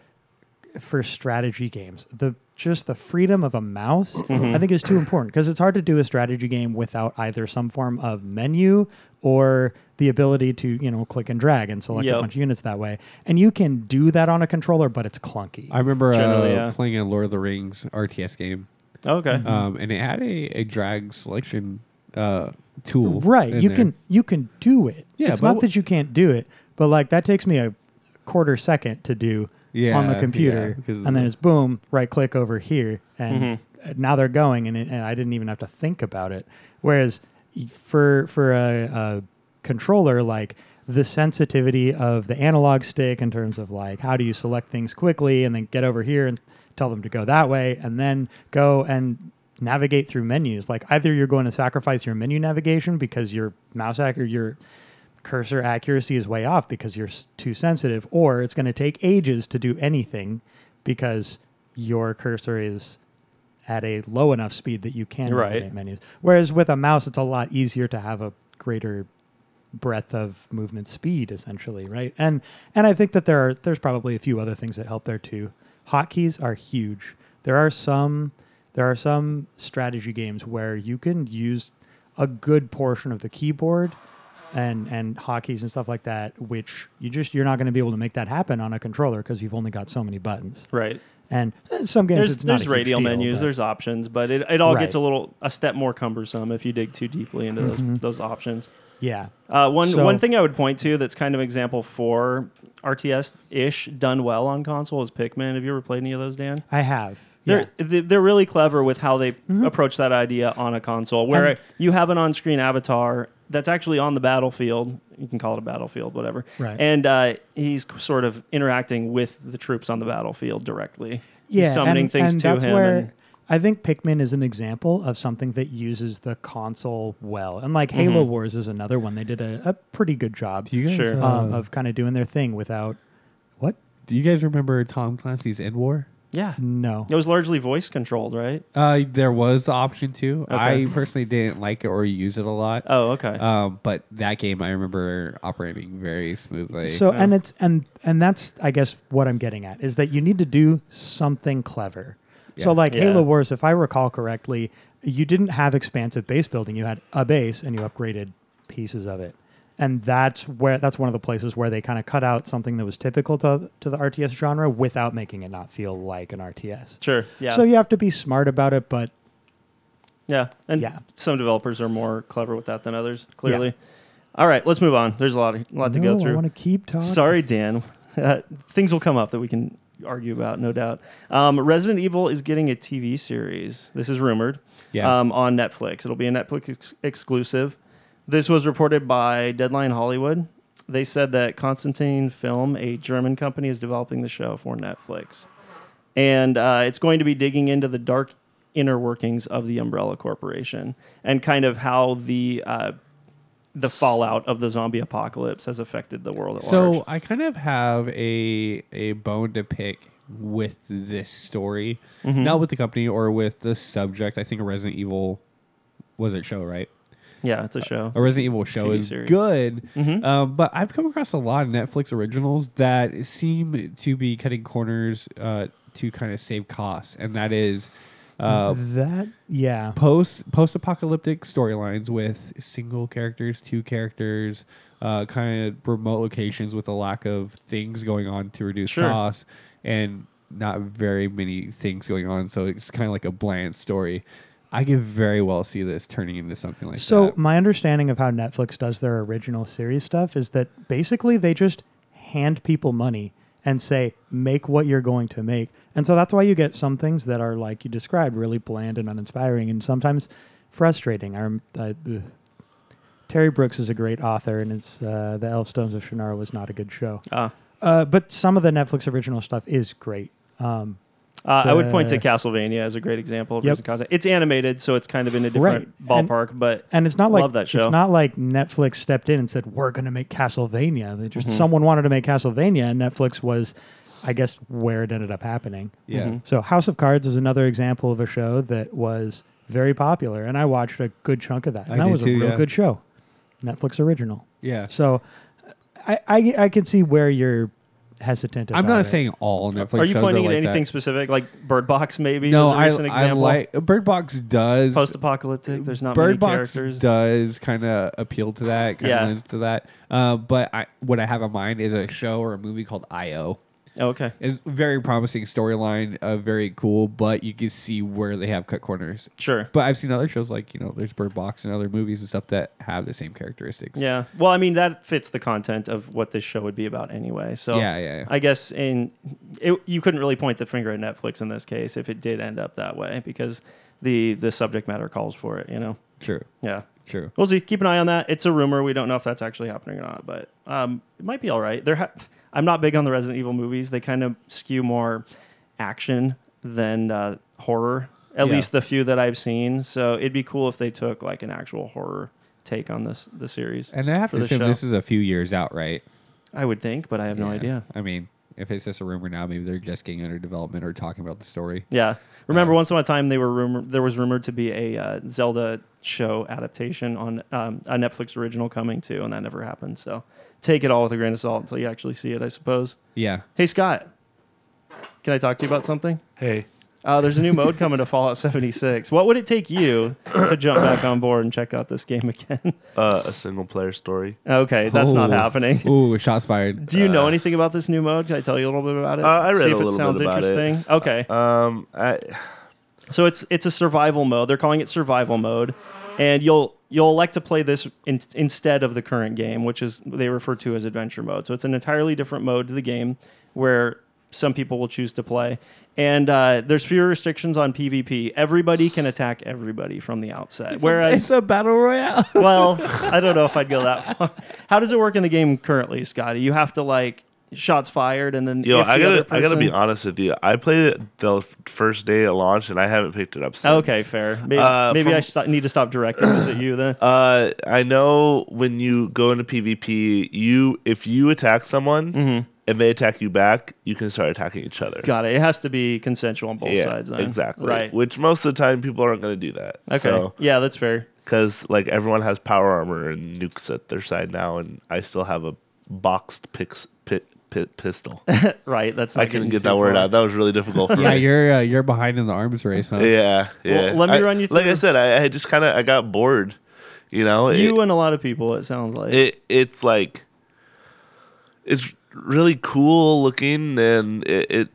Speaker 7: for strategy games. The just the freedom of a mouse, I think, is too important because it's hard to do a strategy game without either some form of menu or the ability to you know click and drag and select
Speaker 4: Yep.
Speaker 7: a bunch of units that way. And you can do that on a controller, but it's clunky.
Speaker 5: I remember uh,
Speaker 4: Generally, yeah. Mm-hmm.
Speaker 5: playing a Lord of the Rings RTS game,
Speaker 4: okay.
Speaker 5: um, and it had a, a drag selection uh, tool.
Speaker 7: right?
Speaker 5: in
Speaker 7: You
Speaker 5: there.
Speaker 7: can you can do it.
Speaker 5: Yeah,
Speaker 7: it's
Speaker 5: but
Speaker 7: not
Speaker 5: wh-
Speaker 7: that you can't do it, but like that takes me a quarter second to do on
Speaker 5: Yeah,
Speaker 7: the
Speaker 5: yeah,
Speaker 7: computer,
Speaker 5: because of
Speaker 7: and then
Speaker 5: the-
Speaker 7: it's boom, right click over here, and uh, now they're going, and, it, and I didn't even have to think about it. Whereas y- for for a, a controller, like the sensitivity of the analog stick in terms of like how do you select things quickly, and then get over here and tell them to go that way, and then go and navigate through menus. Like either you're going to sacrifice your menu navigation because your mouse ac- or your cursor accuracy is way off because you're s- too sensitive, or it's going to take ages to do anything because your cursor is at a low enough speed that you can
Speaker 4: Right.
Speaker 7: navigate menus. Whereas with a mouse, it's a lot easier to have a greater breadth of movement speed, essentially, right? And and I think that there are there's probably a few other things that help there too. Hotkeys are huge. There are some there are some strategy games where you can use a good portion of the keyboard and and hotkeys and stuff like that, which you just you're not going to be able to make that happen on a controller because you've only got so many buttons.
Speaker 4: right.
Speaker 7: And uh, some games
Speaker 4: There's
Speaker 7: it's not a
Speaker 4: there's
Speaker 7: huge
Speaker 4: radial
Speaker 7: deal,
Speaker 4: menus,
Speaker 7: but-
Speaker 4: there's options, but it, it all
Speaker 7: Right.
Speaker 4: gets a little a step more cumbersome if you dig too deeply into those those options.
Speaker 7: yeah.
Speaker 4: Uh, one
Speaker 7: So-
Speaker 4: one thing I would point to that's kind of example for RTS ish done well on console is Pikmin. Have you ever played any of those, Dan?
Speaker 7: I have. yeah. Mm-hmm.
Speaker 4: They're they- they're really clever with how they approach that idea on a console, where
Speaker 7: And-
Speaker 4: you have an on-screen avatar that's actually on the battlefield. You can call it a battlefield, whatever.
Speaker 7: Right.
Speaker 4: And uh, he's sort of interacting with the troops on the battlefield directly. He's
Speaker 7: yeah,
Speaker 4: summoning
Speaker 7: and,
Speaker 4: things
Speaker 7: and
Speaker 4: to
Speaker 7: that's
Speaker 4: him.
Speaker 7: Where
Speaker 4: and-
Speaker 7: I think Pikmin is an example of something that uses the console well, and like
Speaker 4: Mm-hmm.
Speaker 7: Halo Wars is another one. They did a, a pretty good job
Speaker 5: Do you guys,
Speaker 4: Sure.
Speaker 5: uh,
Speaker 7: um, of kind of doing their thing without what?
Speaker 5: do you guys remember Tom Clancy's End War?
Speaker 4: yeah.
Speaker 7: No,
Speaker 4: It was largely voice controlled, right?
Speaker 5: Uh, there was the option to.
Speaker 4: Okay.
Speaker 5: I personally didn't like it or use it a lot.
Speaker 4: Oh, okay.
Speaker 7: Uh,
Speaker 5: Um, but that game I remember operating very smoothly.
Speaker 7: So and it's and and that's I guess what I'm getting at is that you need to do something clever. So
Speaker 5: Yeah.
Speaker 7: like
Speaker 4: Yeah.
Speaker 7: Halo Wars, if I recall correctly, you didn't have expansive base building. You had a base and you upgraded pieces of it. And that's where that's one of the places where they kind of cut out something that was typical to to the RTS genre without making it not feel like an RTS.
Speaker 4: sure. Yeah.
Speaker 7: So you have to be smart about it, but
Speaker 4: Yeah, and
Speaker 7: Yeah.
Speaker 4: some developers are more clever with that than others. Clearly. All right, let's move on. There's a lot, a lot to
Speaker 7: No,
Speaker 4: go
Speaker 7: I
Speaker 4: through.
Speaker 7: want to keep talking.
Speaker 4: Sorry, Dan. Uh, things will come up that we can argue about, no doubt. Um, Resident Evil is getting a TV series. This is rumored.
Speaker 5: Yeah.
Speaker 4: Um, on Netflix, it'll be a Netflix ex- exclusive. This was reported by Deadline Hollywood. They said that Constantine Film, a German company, is developing the show for Netflix, and uh, it's going to be digging into the dark inner workings of the Umbrella Corporation and kind of how the uh, the fallout of the zombie apocalypse has affected the world at large.
Speaker 5: So I kind of have a a bone to pick with this story, not with the company or with the subject. I think a Resident Evil was it show right?
Speaker 4: Yeah, it's a show.
Speaker 5: A Resident Evil show
Speaker 4: TV
Speaker 5: is
Speaker 4: series.
Speaker 5: good, um, but I've come across a lot of Netflix originals that seem to be cutting corners uh, to kind of save costs, and that is. Uh,
Speaker 7: That yeah.
Speaker 5: post post apocalyptic storylines with single characters, two characters, uh, kind of remote locations with a lack of things going on to reduce
Speaker 4: Sure.
Speaker 5: costs, and not very many things going on. So it's kind of like a bland story. I could very well see this turning into something like
Speaker 7: So
Speaker 5: that.
Speaker 7: my understanding of how Netflix does their original series stuff is that basically they just hand people money and say make what you're going to make. And so that's why you get some things that are like you described really bland and uninspiring and sometimes frustrating. I, rem- I ugh. Terry Brooks is a great author and it's uh, The Elfstones of Shannara was not a good show.
Speaker 4: Ah.
Speaker 7: Uh, but some of the Netflix original stuff is great. Um,
Speaker 4: Uh, I would point to
Speaker 7: The-
Speaker 4: Castlevania as a great example of
Speaker 7: Yep.
Speaker 4: recent content. It's animated, so it's kind of in a different
Speaker 7: Right. And-
Speaker 4: ballpark, but
Speaker 7: And it's not like
Speaker 4: Love that show.
Speaker 7: it's not like Netflix stepped in and said we're going to make Castlevania. They
Speaker 4: Mm-hmm.
Speaker 7: just someone wanted to make Castlevania, and Netflix was, I guess, where it ended up happening.
Speaker 5: yeah,
Speaker 4: mm-hmm.
Speaker 7: So House of Cards is another example of a show that was very popular, and I watched a good chunk of that, and
Speaker 5: I
Speaker 7: that
Speaker 5: did
Speaker 7: was
Speaker 5: too,
Speaker 7: a real
Speaker 5: yeah.
Speaker 7: good show, Netflix original.
Speaker 5: yeah.
Speaker 7: So, I I, I can see where you're hesitant.
Speaker 5: I'm
Speaker 7: about
Speaker 5: not
Speaker 7: it.
Speaker 5: saying all Netflix.
Speaker 4: are you
Speaker 5: shows
Speaker 4: pointing
Speaker 5: like
Speaker 4: at anything
Speaker 5: That.
Speaker 4: specific, like Bird Box maybe?
Speaker 5: No,
Speaker 4: is a
Speaker 5: I,
Speaker 4: recent
Speaker 5: I
Speaker 4: example.
Speaker 5: like Bird Box does
Speaker 4: post-apocalyptic. There's not many
Speaker 5: Bird Box
Speaker 4: characters.
Speaker 5: does kind of appeal to that, kind of
Speaker 4: Yeah.
Speaker 5: lends to that. Uh, but I, what I have in mind is a show or a movie called I.O.
Speaker 4: Oh, okay,
Speaker 5: It's a very promising storyline, uh, very cool, but you can see where they have cut corners.
Speaker 4: sure.
Speaker 5: But I've seen other shows like, you know, there's Bird Box and other movies and stuff that have the same characteristics.
Speaker 4: Yeah. Well, I mean that fits the content of what this show would be about anyway. So
Speaker 5: Yeah, yeah, yeah.
Speaker 4: I guess in it, you couldn't really point the finger at Netflix in this case if it did end up that way because the the subject matter calls for it. You know.
Speaker 5: True,
Speaker 4: Yeah.
Speaker 5: true.
Speaker 4: We'll see. Keep an eye on that. It's a rumor. We don't know if that's actually happening or not, but um, it might be all right. There, ha- I'm not big on the Resident Evil movies. They kind of skew more action than uh, horror. At
Speaker 5: Yeah.
Speaker 4: least the few that I've seen. So it'd be cool if they took like an actual horror take on this the series.
Speaker 5: And I have
Speaker 4: for
Speaker 5: to
Speaker 4: the
Speaker 5: assume
Speaker 4: show.
Speaker 5: this is a few years out, right?
Speaker 4: I would think, but I have no
Speaker 5: Yeah.
Speaker 4: idea.
Speaker 5: I mean, if it's just a rumor now, maybe they're just getting under development or talking about the story.
Speaker 4: Yeah. Remember, once upon a time, they were rumor- there was rumored to be a uh, Zelda show adaptation on um, a Netflix original coming too, and that never happened. So take it all with a grain of salt until you actually see it, I suppose.
Speaker 5: Yeah.
Speaker 4: Hey, Scott, can I talk to you about something?
Speaker 3: Hey,
Speaker 4: Uh, there's a new mode coming to Fallout 76. What would it take you to jump back on board and check out this game again?
Speaker 3: uh, a single player story.
Speaker 4: okay, that's not
Speaker 3: Oh.
Speaker 5: Ooh.
Speaker 4: happening.
Speaker 5: Oh. Ooh, shots fired.
Speaker 4: Do you know anything about this new mode? Can I tell you a little bit about it?
Speaker 3: Uh, I read
Speaker 4: See
Speaker 3: a
Speaker 4: if
Speaker 3: little
Speaker 4: it
Speaker 3: bit
Speaker 4: sounds
Speaker 3: about it.
Speaker 4: interesting. Okay.
Speaker 3: Um, I,
Speaker 4: So it's it's a survival mode. They're calling it survival mode, and you'll you'll elect to play this in, instead of the current game, which is they refer to as adventure mode. So it's an entirely different mode to the game, where some people will choose to play. And uh, there's fewer restrictions on PvP. Everybody can attack everybody from the outset. Whereas
Speaker 5: It's a battle royale.
Speaker 4: well, I don't know if I'd go that far. How does it work in the game currently, Scotty? You have to like shots fired, and then
Speaker 3: yo,
Speaker 4: if
Speaker 3: I
Speaker 4: the other
Speaker 3: gotta, I gotta be
Speaker 4: person-
Speaker 3: honest with you. I played it the f- first day at launch, and I haven't picked it up since.
Speaker 4: Okay, fair. Maybe,
Speaker 3: Uh,
Speaker 4: maybe
Speaker 3: from-
Speaker 4: I st- need to stop directing this at you then.
Speaker 3: Uh, I know when you go into PvP, you if you attack someone and they attack you back, you can start attacking each other.
Speaker 4: Mm-hmm. Got it. It has to be consensual on both sides. Then.
Speaker 3: exactly.
Speaker 4: Right.
Speaker 3: Which most of the time people aren't going to do that.
Speaker 4: okay. yeah, that's fair.
Speaker 3: Because like everyone has power armor and nukes at their side now, and I still have a boxed pix, pi pi pistol.
Speaker 4: Right. That's. Not
Speaker 3: I couldn't
Speaker 4: getting
Speaker 3: get
Speaker 4: too
Speaker 3: that word
Speaker 4: far.
Speaker 3: out. That was really difficult for
Speaker 5: yeah,
Speaker 3: me.
Speaker 5: you're uh, you're behind in the arms race, huh?
Speaker 3: Yeah, yeah.
Speaker 4: let me
Speaker 3: I-
Speaker 4: run you
Speaker 3: Like I
Speaker 4: through-
Speaker 3: said, I, I just kind of I got bored. You know, It-
Speaker 4: You uh, and a lot of people. It sounds like.
Speaker 3: it it's like it's really cool looking and it, it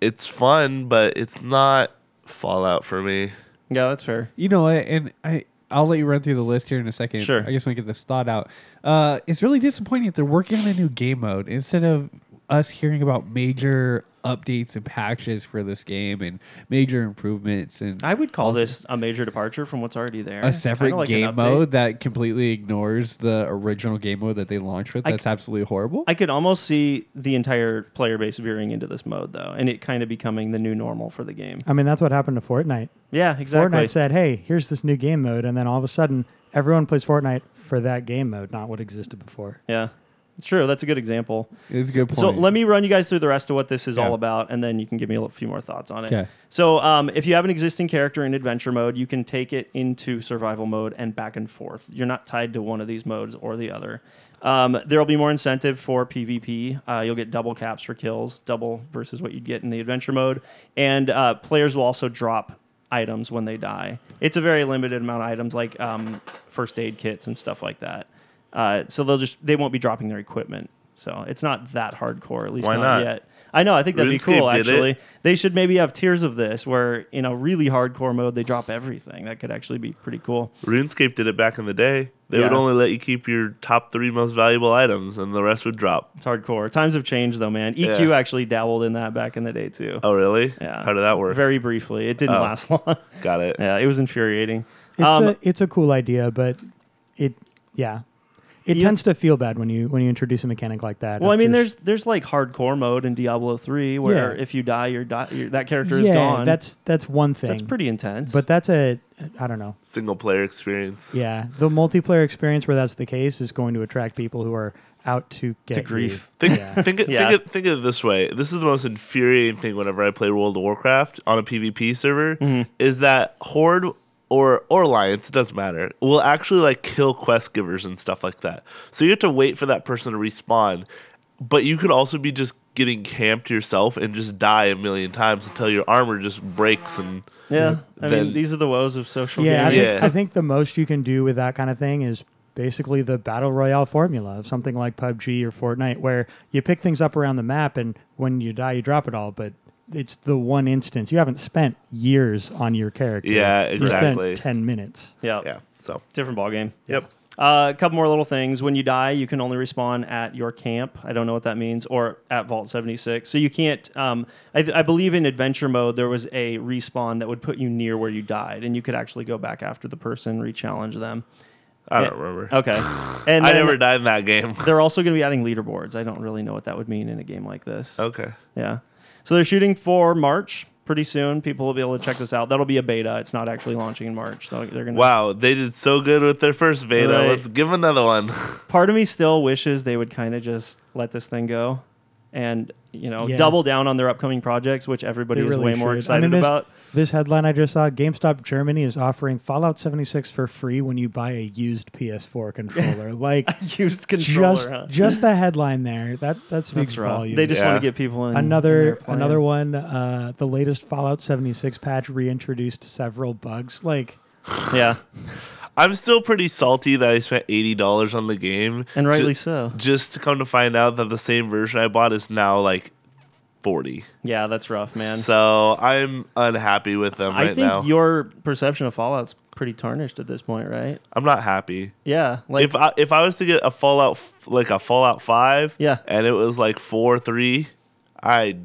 Speaker 3: it's fun but it's not fallout for me
Speaker 4: Yeah, that's fair.
Speaker 5: You know, I- and I I'll let you run through the list here in a second.
Speaker 4: Sure.
Speaker 5: I just want to get this thought out. Uh, it's really disappointing that they're working on a new game mode instead of us hearing about major updates and patches for this game and major improvements and
Speaker 4: I would call this a major departure from what's already there.
Speaker 5: a
Speaker 4: Kinda
Speaker 5: separate
Speaker 4: like an
Speaker 5: game
Speaker 4: update.
Speaker 5: mode that completely ignores the original game mode that they launched with.
Speaker 4: I c-
Speaker 5: That's absolutely horrible.
Speaker 4: I could almost see the entire player base veering into this mode though, and it kind of becoming the new normal for the game.
Speaker 7: I mean, that's what happened to Fortnite.
Speaker 4: Yeah, exactly.
Speaker 7: Fortnite said, "Hey, here's this new game mode," and then all of a sudden, everyone plays Fortnite for that game mode, not what existed before.
Speaker 4: yeah, it's true. That's a good example.
Speaker 5: it's a good point.
Speaker 4: So let me run you guys through the rest of what this is
Speaker 5: Yeah.
Speaker 4: all about, and then you can give me a little- few more thoughts on it.
Speaker 5: Okay.
Speaker 4: So um, if you have an existing character in adventure mode, you can take it into survival mode and back and forth. You're not tied to one of these modes or the other. Um, there will be more incentive for PvP. Uh, you'll get double caps for kills, double versus what you'd get in the adventure mode, and uh, players will also drop items when they die. It's a very limited amount of items, like um, first aid kits and stuff like that. Uh, so they'll just they won't be dropping their equipment. So it's not that hardcore, at least
Speaker 3: Why
Speaker 4: not,
Speaker 3: not?
Speaker 4: yet. I know. I think that'd be
Speaker 3: RuneScape
Speaker 4: cool.
Speaker 3: did it.
Speaker 4: Actually, they should maybe have tiers of this, where in a really hardcore mode they drop everything. That could actually be pretty cool.
Speaker 3: RuneScape did it back in the day. They would
Speaker 4: Yeah.
Speaker 3: only let you keep your top three most valuable items, and the rest would drop.
Speaker 4: It's hardcore. Times have changed though, man. EQ
Speaker 3: Yeah.
Speaker 4: actually dabbled in that back in the day too.
Speaker 3: Oh, really?
Speaker 4: Yeah.
Speaker 3: How did that work?
Speaker 4: Very briefly. It didn't
Speaker 3: Oh.
Speaker 4: last long.
Speaker 3: Got it.
Speaker 4: yeah, it was infuriating.
Speaker 7: It's
Speaker 4: Um,
Speaker 7: a it's a cool idea, but it yeah, it
Speaker 4: You-
Speaker 7: tends to feel bad when you when you introduce a mechanic like that.
Speaker 4: well,
Speaker 7: of
Speaker 4: I mean,
Speaker 7: just-
Speaker 4: there's there's like hardcore mode in Diablo three where
Speaker 7: Yeah.
Speaker 4: if you die, you're di- you're- that character is
Speaker 7: yeah,
Speaker 4: gone.
Speaker 7: that's that's one thing.
Speaker 4: that's pretty intense.
Speaker 7: but that's a I don't know.
Speaker 3: Single player experience.
Speaker 7: Yeah, the multiplayer experience where that's the case is going to attract people who are out to get you.
Speaker 4: grief.
Speaker 3: Think,
Speaker 7: Yeah.
Speaker 3: think, it,
Speaker 4: Yeah.
Speaker 3: think, it, think of it this way. This is the most infuriating thing whenever I play World of Warcraft on a PvP server
Speaker 4: Mm-hmm.
Speaker 3: is that Horde or or Alliance, it doesn't matter, will actually like kill quest givers and stuff like that. So you have to wait for that person to respawn. But you could also be just getting camped yourself and just die a million times until your armor just breaks and
Speaker 4: yeah, I mean,
Speaker 3: then-
Speaker 4: these are the woes of social.
Speaker 7: Yeah, I
Speaker 4: gaming.
Speaker 7: think,
Speaker 3: Yeah.
Speaker 7: I think the most you can do with that kind of thing is basically the battle royale formula of something like PUBG or Fortnite, where you pick things up around the map, and when you die, you drop it all. But it's the one instance you haven't spent years on your character.
Speaker 3: Yeah,
Speaker 7: You spent
Speaker 3: exactly.
Speaker 7: Ten minutes.
Speaker 4: yeah,
Speaker 3: yeah. So
Speaker 4: different ball game.
Speaker 3: Yep.
Speaker 4: Uh, a couple more little things. When you die, you can only respawn at your camp. I don't know what that means, or at Vault 76. So you can't. Um, I, th- I believe in adventure mode, there was a respawn that would put you near where you died, and you could actually go back after the person, re challenge them.
Speaker 3: I don't remember.
Speaker 4: Okay. And
Speaker 3: I
Speaker 4: then
Speaker 3: never died in that game.
Speaker 4: They're also going to be adding leaderboards. I don't really know what that would mean in a game like this.
Speaker 3: okay.
Speaker 4: Yeah. So they're shooting for March pretty soon. People will be able to check this out. That'll be a beta. It's not actually launching in March. So they're going to
Speaker 3: Wow, they did so good with their first beta.
Speaker 4: Right.
Speaker 3: Let's give 'em another one.
Speaker 4: part of me still wishes they would kind of just let this thing go and you know
Speaker 7: Yeah.
Speaker 4: double down on their upcoming projects which everybody
Speaker 7: They
Speaker 4: is
Speaker 7: really
Speaker 4: way more
Speaker 7: should. I mean,
Speaker 4: excited
Speaker 7: this,
Speaker 4: about
Speaker 7: This headline I just saw: GameStop Germany is offering Fallout 76 for free when you buy a used PS4 controller. Like
Speaker 4: used controller
Speaker 7: just
Speaker 4: huh?
Speaker 7: just the headline there that that speaks
Speaker 4: that's wrong
Speaker 7: volumes.
Speaker 4: they just want
Speaker 3: Yeah.
Speaker 4: to get people in
Speaker 7: another
Speaker 4: in there
Speaker 7: another
Speaker 4: playing.
Speaker 7: one uh the latest fallout 76 patch reintroduced several bugs like
Speaker 4: yeah
Speaker 3: I'm still pretty salty that I spent eighty dollars on the game,
Speaker 4: and rightly
Speaker 3: ju-
Speaker 4: so
Speaker 3: Just to come to find out that the same version I bought is now like forty.
Speaker 4: yeah that's rough man
Speaker 3: So I'm unhappy with them
Speaker 4: i
Speaker 3: right
Speaker 4: think
Speaker 3: now.
Speaker 4: your perception of fallout's pretty tarnished at this point right
Speaker 3: I'm not happy.
Speaker 4: yeah like
Speaker 3: if I if I was to get a Fallout f- like a Fallout Five,
Speaker 4: Yeah.
Speaker 3: and it was like four three, I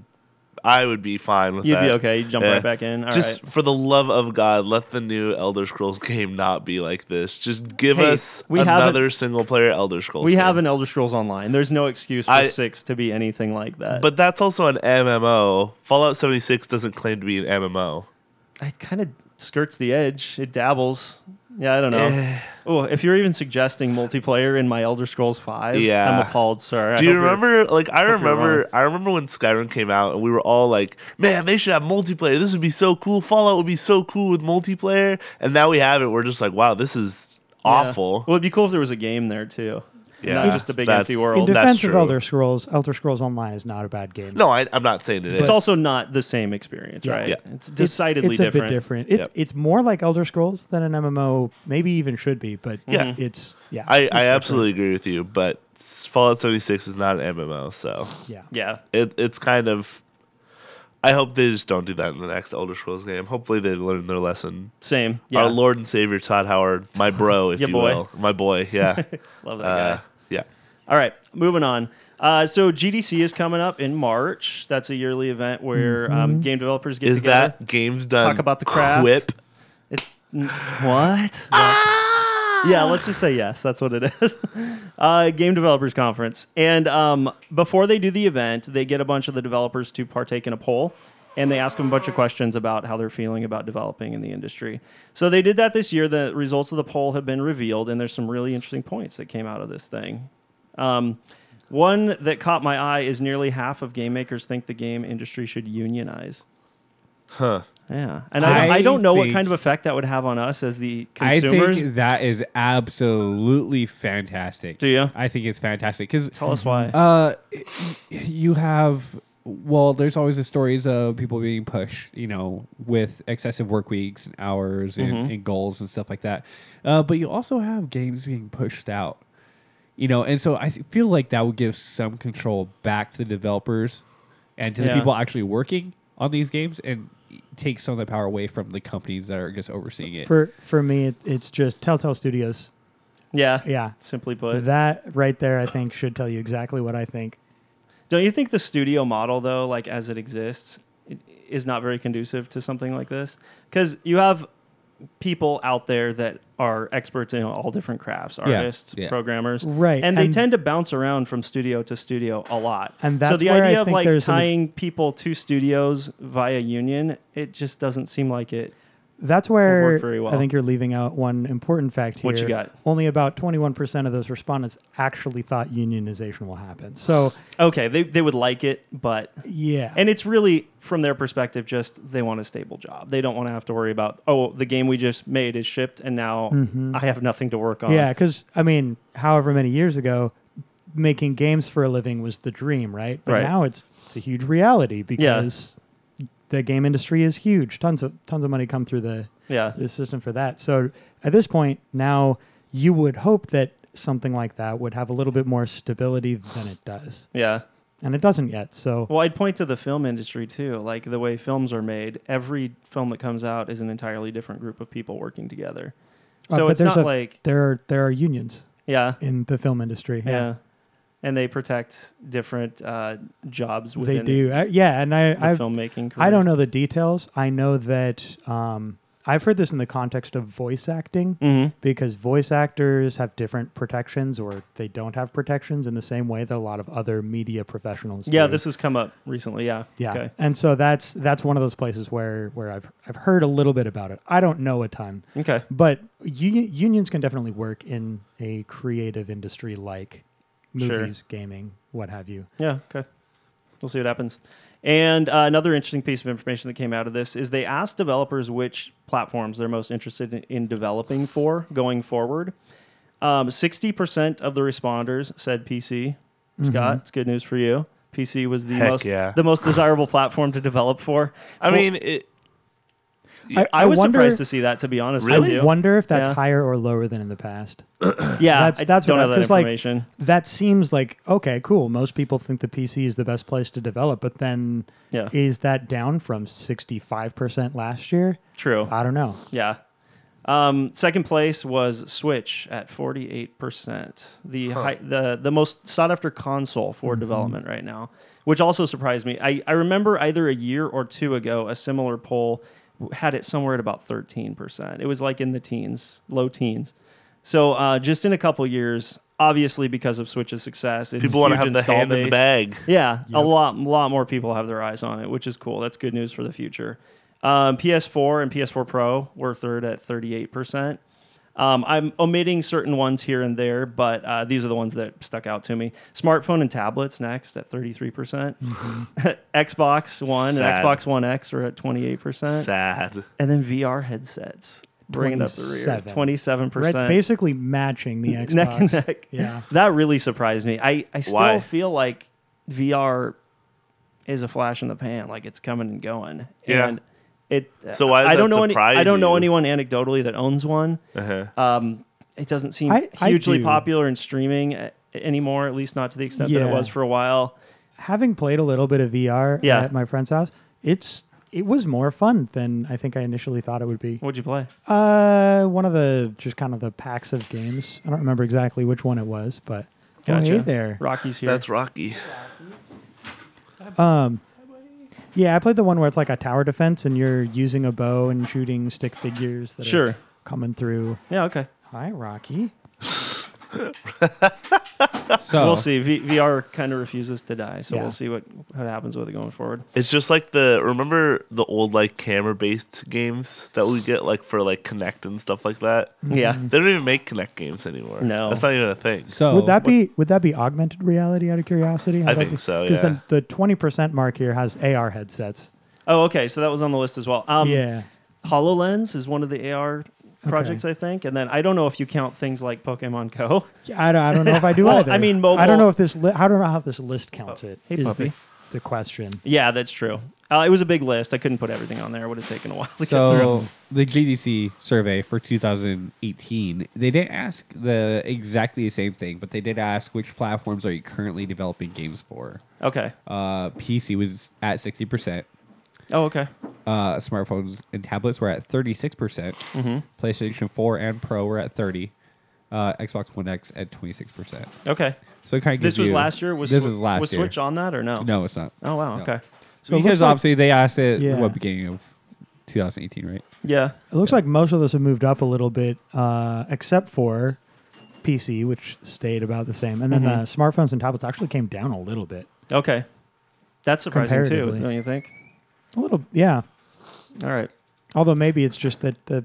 Speaker 3: I would be fine with
Speaker 4: You'd
Speaker 3: that.
Speaker 4: be okay. You'd jump right back in. All
Speaker 3: Just
Speaker 4: right.
Speaker 3: for the love of God, let the new Elder Scrolls game not be like this. Just give
Speaker 4: Hey,
Speaker 3: us
Speaker 4: we haven't-
Speaker 3: another single player Elder Scrolls.
Speaker 4: we
Speaker 3: game.
Speaker 4: have an elder scrolls online there's no excuse for
Speaker 3: I-
Speaker 4: six to be anything like that
Speaker 3: But that's also an MMO. Fallout 76 doesn't claim to be an MMO.
Speaker 4: it kind of skirts the edge. It dabbles. Yeah, I don't
Speaker 3: Eh.
Speaker 4: know. oh, if you're even suggesting multiplayer in my Elder Scrolls Five,
Speaker 3: Yeah.
Speaker 4: I'm appalled, sir. I
Speaker 3: Do you
Speaker 4: hope you're-
Speaker 3: remember? Like I
Speaker 4: hope you're
Speaker 3: remember, I remember when Skyrim came out, and we were all like, "Man, they should have multiplayer. This would be so cool. Fallout would be so cool with multiplayer." And now we have it. We're just like, "Wow, this is
Speaker 4: Yeah.
Speaker 3: awful."
Speaker 4: Well, it'd be cool if there was a game there too.
Speaker 3: Yeah,
Speaker 4: not just a big
Speaker 3: that's-
Speaker 4: empty
Speaker 7: in
Speaker 4: world.
Speaker 3: that's
Speaker 7: defense of
Speaker 3: true.
Speaker 7: elder scrolls elder scrolls online is not a bad game
Speaker 3: No, I, I'm not saying it is.
Speaker 4: it's also not the same experience, right?
Speaker 3: Yeah.
Speaker 4: It's
Speaker 7: It's-
Speaker 4: decidedly
Speaker 7: it's,
Speaker 4: different.
Speaker 7: a bit different it's
Speaker 3: Yep.
Speaker 7: it's more like elder scrolls than an mmo maybe even should be but
Speaker 3: Yeah. Mhm.
Speaker 7: it's yeah
Speaker 3: I,
Speaker 7: it's
Speaker 3: I
Speaker 7: different.
Speaker 3: absolutely agree with you, but Fallout 76 is not an MMO, so
Speaker 7: yeah
Speaker 4: Yeah.
Speaker 3: it, it's kind of I hope they just don't do that in the next Elder Scrolls game. Hopefully they learn their lesson.
Speaker 4: Same. Yeah.
Speaker 3: Our Lord and Savior Todd Howard, my bro, if
Speaker 4: Ya
Speaker 3: you
Speaker 4: boy.
Speaker 3: will, my boy. Yeah,
Speaker 4: Love that
Speaker 3: uh,
Speaker 4: guy.
Speaker 3: yeah.
Speaker 4: All right, moving on. Uh, so GDC is coming up in March. That's a yearly event where
Speaker 7: Mm-hmm.
Speaker 4: um, game developers get
Speaker 3: Is
Speaker 4: together.
Speaker 3: that games done?
Speaker 4: Talk about the craft.
Speaker 3: Quip.
Speaker 4: It's, n- what? yeah, let's just say yes. That's what it is. Uh, Game Developers Conference. And um, before they do the event, they get a bunch of the developers to partake in a poll and they ask them a bunch of questions about how they're feeling about developing in the industry. So they did that this year. The results of the poll have been revealed, and there's some really interesting points that came out of this thing. Um, one that caught my eye is nearly half of game makers think the game industry should unionize.
Speaker 3: Huh.
Speaker 4: Yeah, and I,
Speaker 5: I
Speaker 4: I don't know what
Speaker 5: think-
Speaker 4: kind of effect that would have on us as the
Speaker 5: I
Speaker 4: consumers.
Speaker 5: think that is absolutely fantastic.
Speaker 4: Do you?
Speaker 5: I think it's fantastic because
Speaker 4: Tell us why.
Speaker 5: Uh, y- you have well, there's always the stories of people being pushed, you know, with excessive work weeks and hours and,
Speaker 7: Mm-hmm.
Speaker 5: and goals and stuff like that. Uh, but you also have games being pushed out, you know, and so I th- feel like that would give some control back to the developers and to the
Speaker 4: Yeah.
Speaker 5: people actually working on these games and take some of the power away from the companies that are just overseeing it.
Speaker 7: For for me, it, it's just Telltale Studios.
Speaker 4: yeah,
Speaker 7: Yeah,
Speaker 4: Simply put,
Speaker 7: that right there, I think, should tell you exactly what I think.
Speaker 4: don't you think the studio model though, like as it exists, i- is not very conducive to something like this? Because you have people out there that are experts in all different crafts,
Speaker 5: Yeah,
Speaker 4: artists,
Speaker 5: yeah.
Speaker 4: programmers,
Speaker 7: Right,
Speaker 4: And they
Speaker 7: and-
Speaker 4: tend to bounce around from studio to studio a lot.
Speaker 7: And
Speaker 4: so
Speaker 7: that's
Speaker 4: the
Speaker 7: where I
Speaker 4: idea of
Speaker 7: think
Speaker 4: like
Speaker 7: there's an-
Speaker 4: tying people to studios via union, it just doesn't seem like it.
Speaker 7: That's where
Speaker 4: work very well.
Speaker 7: I think you're leaving out one important fact here.
Speaker 4: What you got?
Speaker 7: Only about 21% of those respondents actually thought unionization will happen. So,
Speaker 4: Okay, they they would like it, but
Speaker 7: yeah.
Speaker 4: And it's really from their perspective, just they want a stable job. They don't want to have to worry about, oh, the game we just made is shipped and now I have nothing to work on.
Speaker 7: Mm-hmm. yeah, because, I mean, however many years ago, making games for a living was the dream, right? But
Speaker 4: Right.
Speaker 7: now it's, it's a huge reality
Speaker 4: Yeah.
Speaker 7: because the game industry is huge. Tons of, tons of money come through the,
Speaker 4: Yeah.
Speaker 7: the system for that. So at this point, now you would hope that something like that would have a little bit more stability than it does.
Speaker 4: Yeah.
Speaker 7: And it doesn't yet. So
Speaker 4: Well, I'd point to the film industry too. Like the way films are made, every film that comes out is an entirely different group of people working together.
Speaker 7: Uh,
Speaker 4: So
Speaker 7: but
Speaker 4: it's
Speaker 7: there's
Speaker 4: not
Speaker 7: a-
Speaker 4: like,
Speaker 7: there are there are unions
Speaker 4: yeah,
Speaker 7: in the film industry.
Speaker 4: yeah. And they protect different uh, jobs
Speaker 7: they
Speaker 4: within
Speaker 7: do. Uh, yeah, and I
Speaker 4: the
Speaker 7: I
Speaker 4: filmmaking career.
Speaker 7: I don't know the details. I know that um, I've heard this in the context of voice acting
Speaker 4: Mhm.
Speaker 7: because voice actors have different protections or they don't have protections in the same way that a lot of other media professionals.
Speaker 4: Yeah,
Speaker 7: do.
Speaker 4: this has come up recently. Yeah.
Speaker 7: Yeah,
Speaker 4: Okay.
Speaker 7: and so that's that's one of those places where where I've I've heard a little bit about it. I don't know a ton,
Speaker 4: Okay.
Speaker 7: but u- unions can definitely work in a creative industry like
Speaker 4: Sure.
Speaker 7: movies, gaming, what have you.
Speaker 4: Yeah, okay. We'll see what happens. And uh, another interesting piece of information that came out of this is they asked developers which platforms they're most interested in, in developing for going forward. Um, 60% of the responders said PC. Scott, it's good news for you. PC was the
Speaker 3: Heck
Speaker 4: most
Speaker 3: yeah.
Speaker 4: the most desirable platform to develop for.
Speaker 3: I
Speaker 4: For-
Speaker 3: mean, it,
Speaker 4: I was surprised to see that to be honest
Speaker 3: Really?
Speaker 4: with you.
Speaker 7: I wonder if that's
Speaker 4: Yeah.
Speaker 7: higher or lower than in the past.
Speaker 4: yeah,
Speaker 7: that's-
Speaker 4: I
Speaker 7: that's what
Speaker 4: don't
Speaker 7: I-
Speaker 4: have that
Speaker 7: 'cause, like,
Speaker 4: information.
Speaker 7: That seems like okay, cool. Most people think the PC is the best place to develop, but then
Speaker 4: Yeah.
Speaker 7: is that down from sixty five percent last year?
Speaker 4: True.
Speaker 7: I don't know.
Speaker 4: Yeah. Um, second place was Switch at 48%. The hi- the the most sought after console
Speaker 3: Mm-hmm.
Speaker 4: for development right now, which also surprised me. I, I remember either a year or two ago, a similar poll w- had it somewhere at about 13%. It was like in the teens, low teens. So uh, just in a couple years, obviously because of Switch's success, it's
Speaker 3: people want to
Speaker 4: huge
Speaker 3: have the
Speaker 4: install
Speaker 3: hand in the
Speaker 4: base.
Speaker 3: bag.
Speaker 4: Yeah, a lot, lot more people have their eyes on it, which is cool. That's good news for the future. Um, PS4 and PS4 Pro were third at 38%. Um, I'm omitting certain ones here and there, but uh, these are the ones that stuck out to me. Smartphone and tablets next at 33%. percent Xbox One
Speaker 3: Sad.
Speaker 4: and Xbox One X are at 28%.
Speaker 3: Sad.
Speaker 4: And then VR headsets, bringing up the rear,
Speaker 7: 27.
Speaker 4: 27%.
Speaker 7: Right, basically matching the Xbox.
Speaker 4: neck and neck.
Speaker 7: Yeah.
Speaker 4: That really surprised me. I, I still
Speaker 3: Why?
Speaker 4: feel like VR is a flash in the pan, like it's coming and going.
Speaker 3: Yeah.
Speaker 4: And it
Speaker 3: So why does
Speaker 4: I don't
Speaker 3: that
Speaker 4: know any
Speaker 3: surprise
Speaker 4: I don't know
Speaker 3: you?
Speaker 4: anyone anecdotally that owns one.
Speaker 3: Uh-huh.
Speaker 4: Um it doesn't seem
Speaker 7: I- I
Speaker 4: hugely
Speaker 7: do.
Speaker 4: popular in streaming a- anymore, at least not to the extent that
Speaker 7: Yeah.
Speaker 4: it was for a while.
Speaker 7: having played a little bit of VR
Speaker 4: Yeah.
Speaker 7: at my friend's house, it's it was more fun than I think I initially thought it would be.
Speaker 4: What'd you play?
Speaker 7: Uh, one of the just kind of the packs of games. I don't remember exactly which one it was, but oh, hey there.
Speaker 4: Rocky's here.
Speaker 3: That's Rocky.
Speaker 7: Yeah, I played the one where it's like a tower defense and you're using a bow and shooting stick figures that
Speaker 4: Sure.
Speaker 7: are coming through.
Speaker 4: Yeah. Okay.
Speaker 7: Hi, Rocky.
Speaker 5: So
Speaker 4: We'll see. V- VR kind of refuses to die,
Speaker 7: Oh.
Speaker 4: so
Speaker 7: Yeah.
Speaker 4: we'll see what what happens with it going forward.
Speaker 3: It's just like the remember the old like camera based games that we get like for like Connect and stuff like that.
Speaker 4: Yeah.
Speaker 3: They don't even make Connect games anymore.
Speaker 4: Mm. No.
Speaker 3: that's not even a thing.
Speaker 4: Oh,
Speaker 5: So
Speaker 7: would that be would that be augmented reality out of curiosity?
Speaker 3: I think so,
Speaker 7: Because
Speaker 3: yeah.
Speaker 7: the twenty percent mark here has AR headsets.
Speaker 4: Oh, okay. So that was on the list as well. Um,
Speaker 7: yeah.
Speaker 4: Hololens is one of the AR projects, I think, and then I don't know if you count things like Pokemon Go.
Speaker 7: I don't, I don't know if I do
Speaker 4: Well,
Speaker 7: either.
Speaker 4: I mean,
Speaker 7: I don't
Speaker 4: mobile- Oh,
Speaker 7: know if this. Li- I don't know how this list counts it.
Speaker 4: hey,
Speaker 7: is
Speaker 4: puppy.
Speaker 7: The, the question.
Speaker 4: Yeah, that's true. Uh, it was a big list. I couldn't put everything on there. It would have taken a while. To get through.
Speaker 5: so the GDC survey for 2018, they didn't ask the exactly the same thing, but they did ask which platforms are you currently developing games for.
Speaker 4: okay.
Speaker 5: Uh, PC was at 60%.
Speaker 4: Oh, okay.
Speaker 5: Uh, smartphones and tablets were at 36%.
Speaker 4: Mm-hmm.
Speaker 5: percent PlayStation 4 and Pro were at 30. Uh, Xbox One X at 26%.
Speaker 4: Okay.
Speaker 5: So it kind of
Speaker 4: This was last year. Was
Speaker 5: this
Speaker 4: Swi-
Speaker 5: is last
Speaker 4: was
Speaker 5: year.
Speaker 4: Switch on that or no?
Speaker 5: No, it's not.
Speaker 4: Oh wow.
Speaker 5: No.
Speaker 4: Okay.
Speaker 7: So it looks
Speaker 5: because
Speaker 7: like-
Speaker 5: obviously they asked it
Speaker 7: Yeah.
Speaker 5: what beginning of 2018, right?
Speaker 4: Yeah.
Speaker 7: It looks like most of those have moved up a little bit, uh, except for PC, which stayed about the same, and
Speaker 4: Mm-hmm.
Speaker 7: then uh, smartphones and tablets actually came down a little bit.
Speaker 4: Okay. That's surprising too.
Speaker 7: Comparatively.
Speaker 4: Don't you think?
Speaker 7: A little, yeah.
Speaker 4: All right.
Speaker 7: Although maybe it's just that the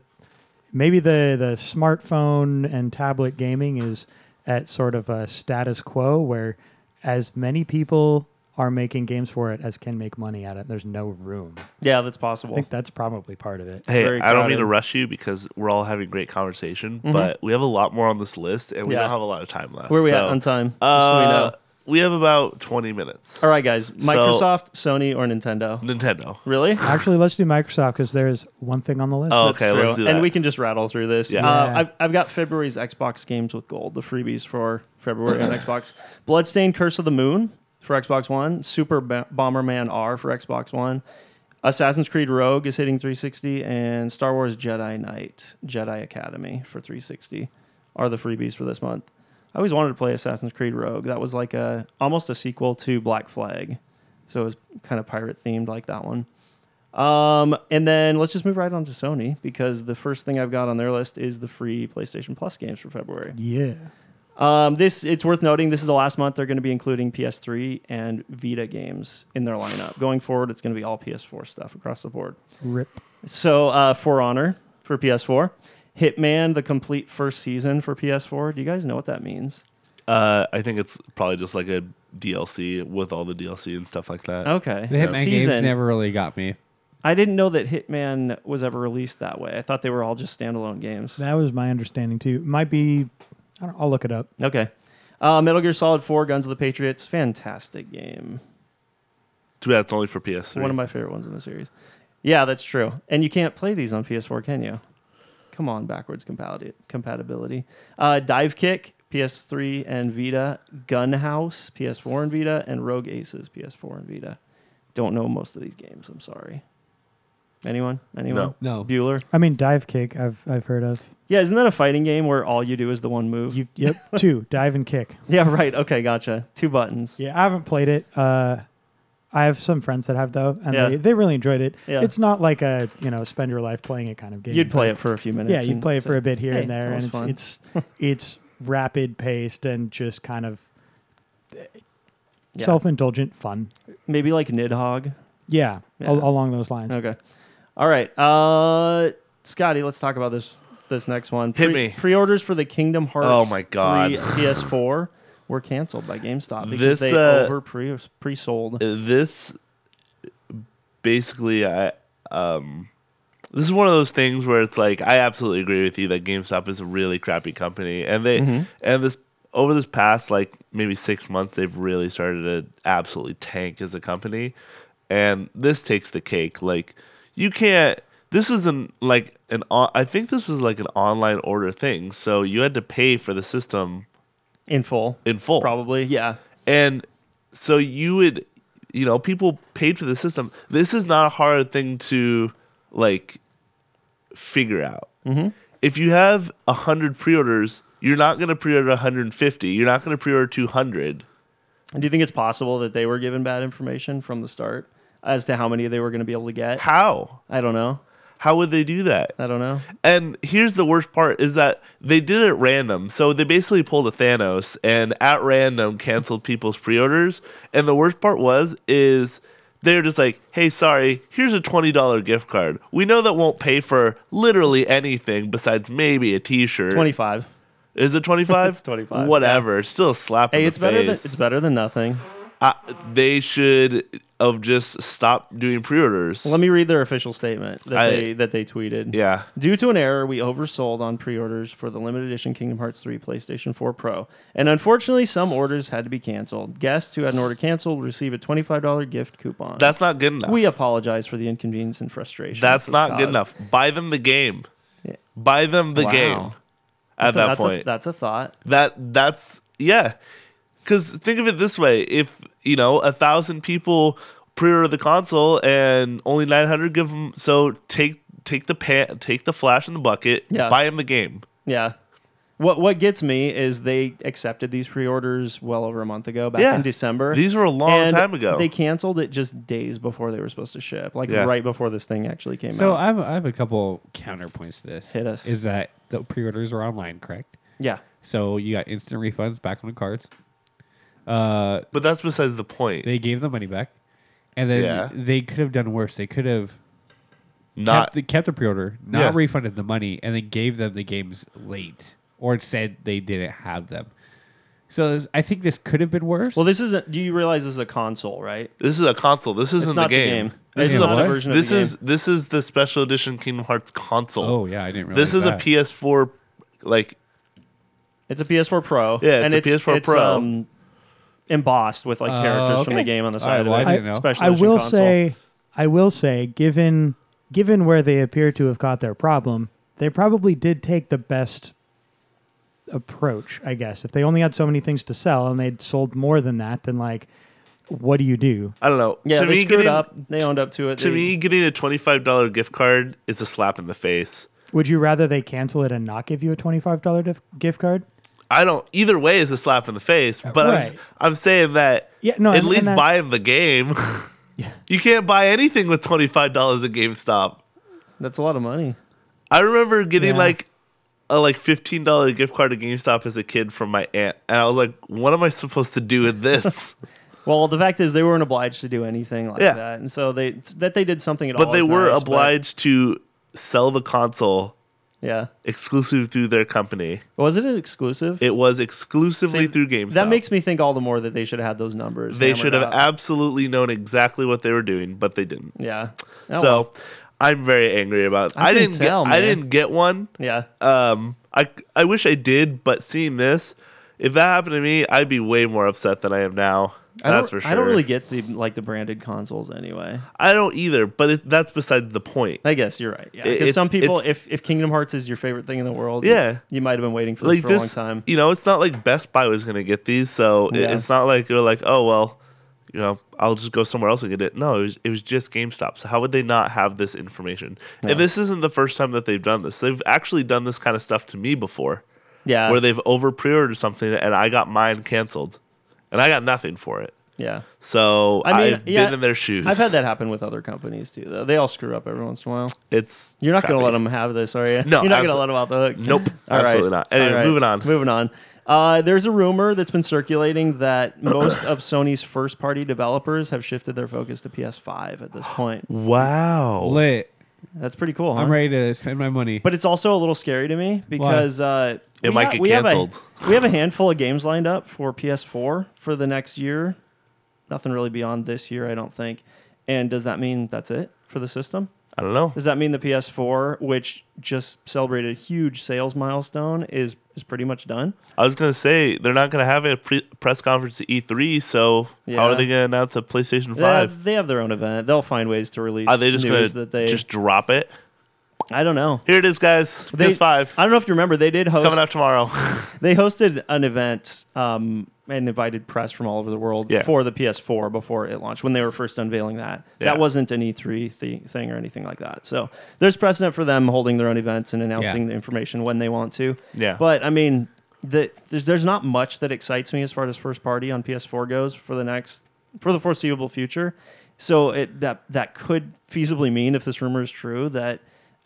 Speaker 7: maybe the the smartphone and tablet gaming is at sort of a status quo where as many people are making games for it as can make money at it. There's no room.
Speaker 4: Yeah, that's
Speaker 7: I
Speaker 4: possible.
Speaker 7: think that's probably part of it.
Speaker 3: Hey,
Speaker 4: very
Speaker 3: I don't mean
Speaker 4: crowded. Mm-hmm.
Speaker 3: to rush you because we're all having great conversation, but we have a lot more on this list and we
Speaker 4: Yeah.
Speaker 3: don't have a lot of time left.
Speaker 4: Where are we at
Speaker 3: so-
Speaker 4: on time? Just so we
Speaker 3: Uh,
Speaker 4: know.
Speaker 3: we have about 20 minutes.
Speaker 4: All right, guys. Microsoft, Sony, or Nintendo?
Speaker 3: Nintendo.
Speaker 4: Really?
Speaker 7: Actually, let's do Microsoft because there's one thing on the list.
Speaker 3: Oh,
Speaker 4: That's
Speaker 3: okay, let's do
Speaker 4: true.
Speaker 3: that.
Speaker 4: And we can just rattle through this.
Speaker 3: Yeah.
Speaker 4: Uh,
Speaker 7: Yeah.
Speaker 4: I've, I've got February's Xbox games with gold, the freebies for February on Xbox. Bloodstained Curse of the Moon for Xbox One, Super Ba- Bomberman R for Xbox One, Assassin's Creed Rogue is hitting 360, and Star Wars Jedi Knight, Jedi Academy for 360 are the freebies for this month. I always wanted to play Assassin's Creed Rogue. That was like a almost a sequel to Black Flag. So it was kind of pirate themed like that one. Um, and then let's just move right on to Sony because the first thing I've got on their list is the free PlayStation Plus games for February.
Speaker 7: Yeah.
Speaker 4: Um, this it's worth noting. This is the last month they're going to be including PS3 and Vita games in their lineup. Going forward, it's going to be all PS4 stuff across the board.
Speaker 7: Rip.
Speaker 4: So, uh, For Honor for PS4, Hitman: The Complete First Season for PS4. Do you guys know what that means?
Speaker 3: uh, I think it's probably just like a DLC with all the DLC and stuff like that.
Speaker 4: Okay,
Speaker 5: The Hitman games
Speaker 4: Season.
Speaker 5: never really got me.
Speaker 4: I didn't know that Hitman was ever released that way. I thought they were all just standalone games.
Speaker 7: That was my understanding too. Might be. I don't, I'll look it up.
Speaker 4: Okay. Uh, Metal Gear Solid 4, Guns of the Patriots. Fantastic game.
Speaker 3: Too bad it's only for PS3.
Speaker 4: One of my favorite ones in the series. Yeah, that's true. And you can't play these on PS4, can you? Come on, backwards compati- compatibility. Uh, Dive Kick, PS3 and Vita. Gun House, PS4 and Vita. And Rogue Aces, PS4 and Vita. Don't know most of these games. I'm sorry. Anyone? Anyone?
Speaker 5: No. No.
Speaker 4: Bueller?
Speaker 7: I mean, dive kick. I've I've heard of.
Speaker 4: Yeah, isn't that a fighting game where all you do is the one move?
Speaker 7: You, yep. two dive and kick.
Speaker 4: yeah, right. Okay, gotcha. Two buttons.
Speaker 7: Yeah, I haven't played it. Uh, I have some friends that have though, and
Speaker 4: Yeah.
Speaker 7: they, they really enjoyed it.
Speaker 4: Yeah.
Speaker 7: It's not like a you know spend your life playing it kind of game.
Speaker 4: You'd play
Speaker 7: but-
Speaker 4: it for a few minutes.
Speaker 7: Yeah, you'd
Speaker 4: and
Speaker 7: play it
Speaker 4: say,
Speaker 7: for a bit here
Speaker 4: "Hey,
Speaker 7: and there,
Speaker 4: that was
Speaker 7: and it's
Speaker 4: fun."
Speaker 7: it's it's rapid paced and just kind of
Speaker 4: Yeah.
Speaker 7: self indulgent fun.
Speaker 4: Maybe like Nidhogg.
Speaker 7: Yeah,
Speaker 4: Yeah.
Speaker 7: al- along those lines.
Speaker 4: Okay. All right. Uh, Scotty, let's talk about this this next one.
Speaker 3: Hit me.
Speaker 4: Pre-orders for the Kingdom Hearts.
Speaker 3: Oh my God.
Speaker 4: 3 PS4 were canceled by GameStop because
Speaker 3: This,
Speaker 4: they
Speaker 3: uh,
Speaker 4: over pre pre-sold.
Speaker 3: this basically I um this is one of those things where it's like I absolutely agree with you that GameStop is a really crappy company and they and this over this past like maybe 6 months they've really started to absolutely tank as a company and this takes the cake like you can't this is an like an on, I think this is like an online order thing so you had to pay for the system
Speaker 4: in full.
Speaker 3: in full
Speaker 4: Probably. Yeah.
Speaker 3: and so you would you know, people paid for the system. This is not a hard thing to like figure out. If you have a hundred pre-orders, you're not going to pre-order 150. You're not going to pre-order 200.
Speaker 4: And do you think it's possible that they were given bad information from the start as to how many they were going to be able to get?
Speaker 3: How?
Speaker 4: I don't know.
Speaker 3: How would they do that?
Speaker 4: I don't know.
Speaker 3: And here's the worst part is that they did it random. So they basically pulled a Thanos and at random canceled people's pre-orders. And the worst part was is they're just like, "Hey, sorry, here's a $20 gift card. We know that won't pay for literally anything besides maybe a t-shirt."
Speaker 4: 25.
Speaker 3: Is it 25?
Speaker 4: It's 25,
Speaker 3: Whatever. It's still a slap in
Speaker 4: Hey,
Speaker 3: the
Speaker 4: it's better than
Speaker 3: face.
Speaker 4: it's better than nothing.
Speaker 3: I, they should have just stopped doing pre-orders.
Speaker 4: Let me read their official statement that
Speaker 3: I-
Speaker 4: they that they tweeted.
Speaker 3: yeah.
Speaker 4: Due to an error, we oversold on pre-orders for the limited edition Kingdom Hearts 3 PlayStation 4 Pro, and unfortunately, some orders had to be canceled. Guests who had an order canceled will receive a twenty-five dollar gift coupon.
Speaker 3: That's not good enough.
Speaker 4: we apologize for the inconvenience and frustration.
Speaker 3: That's
Speaker 4: this has
Speaker 3: not good
Speaker 4: caused.
Speaker 3: enough. Buy them the game. Buy them the
Speaker 4: Wow.
Speaker 3: game. At
Speaker 4: That's a-
Speaker 3: that
Speaker 4: that's a-
Speaker 3: point,
Speaker 4: that's a thought.
Speaker 3: that that's yeah. Because think of it this way: if you know a thousand people pre-order the console and only nine hundred give them, so take take the pan, take the flash in the bucket,
Speaker 4: Yeah.
Speaker 3: buy them the game.
Speaker 4: Yeah. What what gets me is they accepted these pre-orders well over a month ago, back
Speaker 3: Yeah.
Speaker 4: in December.
Speaker 3: These were a long
Speaker 4: and
Speaker 3: time ago.
Speaker 4: They canceled it just days before they were supposed to ship, like
Speaker 3: Yeah.
Speaker 4: right before this thing actually came
Speaker 5: So
Speaker 4: out.
Speaker 5: I have, I have a couple counterpoints to this.
Speaker 4: Hit us.
Speaker 5: Is that the pre-orders are online, correct?
Speaker 4: yeah,
Speaker 5: So you got instant refunds back on the cards. Uh,
Speaker 3: But that's besides the point.
Speaker 5: they gave the money back, and then
Speaker 3: Yeah.
Speaker 5: they could have done worse. They could have
Speaker 3: Not
Speaker 5: kept the, kept the pre-order, not
Speaker 3: Yeah.
Speaker 5: refunded the money, and then gave them the games late, or said they didn't have them. So this- I think this could have been worse.
Speaker 4: Well, this isn't. Do you realize this is a console, right?
Speaker 3: this is a console. This isn't
Speaker 4: not
Speaker 3: the
Speaker 4: the
Speaker 3: game.
Speaker 4: game.
Speaker 3: This
Speaker 4: It's
Speaker 3: is
Speaker 5: not
Speaker 3: a
Speaker 5: a
Speaker 4: version of
Speaker 3: This
Speaker 4: the
Speaker 3: is this is the special edition Kingdom Hearts console.
Speaker 5: oh yeah, I didn't. Realize
Speaker 3: this is
Speaker 5: that.
Speaker 3: a PS4 like
Speaker 4: It's a PS4 Pro.
Speaker 3: Yeah, it's
Speaker 4: and
Speaker 3: a
Speaker 4: it's
Speaker 3: PS4
Speaker 4: it's,
Speaker 3: Pro.
Speaker 4: Um, embossed with like
Speaker 5: Oh,
Speaker 4: characters from the
Speaker 5: okay.
Speaker 4: game on the
Speaker 5: All right,
Speaker 4: side.
Speaker 5: well, I
Speaker 4: of it.
Speaker 5: didn't know.
Speaker 4: Special
Speaker 7: I
Speaker 4: edition
Speaker 7: will
Speaker 4: console.
Speaker 7: say, I will say, given given where they appear to have caught their problem, they probably did take the best approach, I guess. If they only had so many things to sell and they'd sold more than that, then like, what do you do?
Speaker 3: I don't know. to
Speaker 4: yeah, they
Speaker 3: me,
Speaker 4: screwed
Speaker 3: getting,
Speaker 4: up. They owned up to it.
Speaker 3: To
Speaker 4: They-
Speaker 3: me, getting a twenty-five dollar gift card is a slap in the face.
Speaker 7: Would you rather they cancel it and not give you a twenty five dollar dif- gift card?
Speaker 3: I don't. Either way is a slap in the face.
Speaker 4: Uh,
Speaker 3: But I'm, s-
Speaker 7: Right.
Speaker 3: I'm saying that.
Speaker 7: Yeah, no,
Speaker 3: At
Speaker 7: and-
Speaker 3: least
Speaker 7: and I-
Speaker 3: buy him the game. you can't buy anything with twenty-five dollars at GameStop.
Speaker 4: that's a lot of money.
Speaker 3: I remember getting
Speaker 7: Yeah.
Speaker 3: like a like fifteen dollar gift card at GameStop as a kid from my aunt, and I was like, "What am I supposed to do with this?"
Speaker 4: Well, the fact is they weren't obliged to do anything like
Speaker 3: Yeah.
Speaker 4: that, and so they that they did something at all.
Speaker 3: but they
Speaker 4: is
Speaker 3: were
Speaker 4: nice, but-
Speaker 3: obliged to sell the console
Speaker 4: Yeah.
Speaker 3: exclusive through their company.
Speaker 4: Was it an exclusive?
Speaker 3: It was exclusively
Speaker 4: See,
Speaker 3: through GameStop.
Speaker 4: That makes me think all the more that they should have had those numbers.
Speaker 3: they
Speaker 4: hammered
Speaker 3: should have
Speaker 4: out.
Speaker 3: absolutely known exactly what they were doing, but they didn't.
Speaker 4: Yeah. Oh,
Speaker 3: so
Speaker 4: well.
Speaker 3: I'm very angry about.
Speaker 4: I
Speaker 3: I,
Speaker 4: can
Speaker 3: didn't
Speaker 4: tell,
Speaker 3: get. I
Speaker 4: man.
Speaker 3: didn't get one.
Speaker 4: yeah.
Speaker 3: Um, I I wish I did, but seeing this, if that happened to me, I'd be way more upset than I am now.
Speaker 4: I
Speaker 3: that's
Speaker 4: don't-
Speaker 3: for sure.
Speaker 4: I don't really get the like the branded consoles anyway.
Speaker 3: I don't either, but it, that's beside the point.
Speaker 4: I guess you're right. Yeah.
Speaker 3: It-
Speaker 4: 'Cause some
Speaker 3: it's-
Speaker 4: people,
Speaker 3: it's-
Speaker 4: if, if Kingdom Hearts is your favorite thing in the world,
Speaker 3: Yeah.
Speaker 4: you, might have been waiting for,
Speaker 3: Like
Speaker 4: this for
Speaker 3: this,
Speaker 4: a long time.
Speaker 3: you know, it's not like Best Buy was gonna get these, so it-
Speaker 4: Yeah.
Speaker 3: it's not like you're like, oh well, you know, I'll just go somewhere else and get it. No, it was, it was just GameStop. So how would they not have this information? And this isn't the first time that they've done this. They've actually done this kind of stuff to me before.
Speaker 4: Yeah.
Speaker 3: where they've over pre-ordered something and I got mine canceled, and I got nothing for it.
Speaker 4: yeah.
Speaker 3: So I
Speaker 4: I mean,
Speaker 3: have
Speaker 4: yeah,
Speaker 3: been in their shoes.
Speaker 4: I've had that happen with other companies too, though. They all screw up every once in a while.
Speaker 3: It's
Speaker 4: You're not going to
Speaker 3: crappy.
Speaker 4: let them have this, are you?
Speaker 3: No,
Speaker 4: You're not going to
Speaker 3: absolute-
Speaker 4: let them out the hook.
Speaker 3: Nope,
Speaker 4: All right.
Speaker 3: absolutely not. Anyway,
Speaker 4: All right.
Speaker 3: moving on.
Speaker 4: Moving on. Uh, there's a rumor that's been circulating that most of Sony's first party developers have shifted their focus to PS5 at this point.
Speaker 3: Wow.
Speaker 5: lit.
Speaker 4: That's pretty cool, huh?
Speaker 5: I'm ready to spend my money.
Speaker 4: But it's also a little scary to me because uh,
Speaker 3: It
Speaker 4: we
Speaker 3: might
Speaker 4: ha-
Speaker 3: get
Speaker 4: we
Speaker 3: canceled.
Speaker 4: Have a, we have a handful of games lined up for PS4 for the next year. Nothing really beyond this year, I don't think. And does that mean that's it for the system?
Speaker 3: I don't know.
Speaker 4: Does that mean the PS4, which just celebrated a huge sales milestone, is is pretty much done?
Speaker 3: I was gonna say they're not gonna have a pre- press conference at E3, so
Speaker 4: Yeah.
Speaker 3: how are they gonna announce a PlayStation
Speaker 4: They
Speaker 3: Five?
Speaker 4: have, they have their own event. They'll find ways to release.
Speaker 3: are they just gonna
Speaker 4: news that they
Speaker 3: just drop it?
Speaker 4: I don't know.
Speaker 3: Here it is, guys.
Speaker 4: They-
Speaker 3: It's five.
Speaker 4: I don't know if you remember. They did host.
Speaker 3: Coming out tomorrow.
Speaker 4: They hosted an event um, and invited press from all over the world
Speaker 3: Yeah.
Speaker 4: for the PS4 before it launched when they were first unveiling that.
Speaker 3: Yeah.
Speaker 4: That wasn't an E3 thi- thing or anything like that. So there's precedent for them holding their own events and announcing the information when they want to.
Speaker 3: Yeah.
Speaker 4: But I mean, the, there's there's not much that excites me as far as first party on PS4 goes for the next for the foreseeable future. So it that that could feasibly mean if this rumor is true that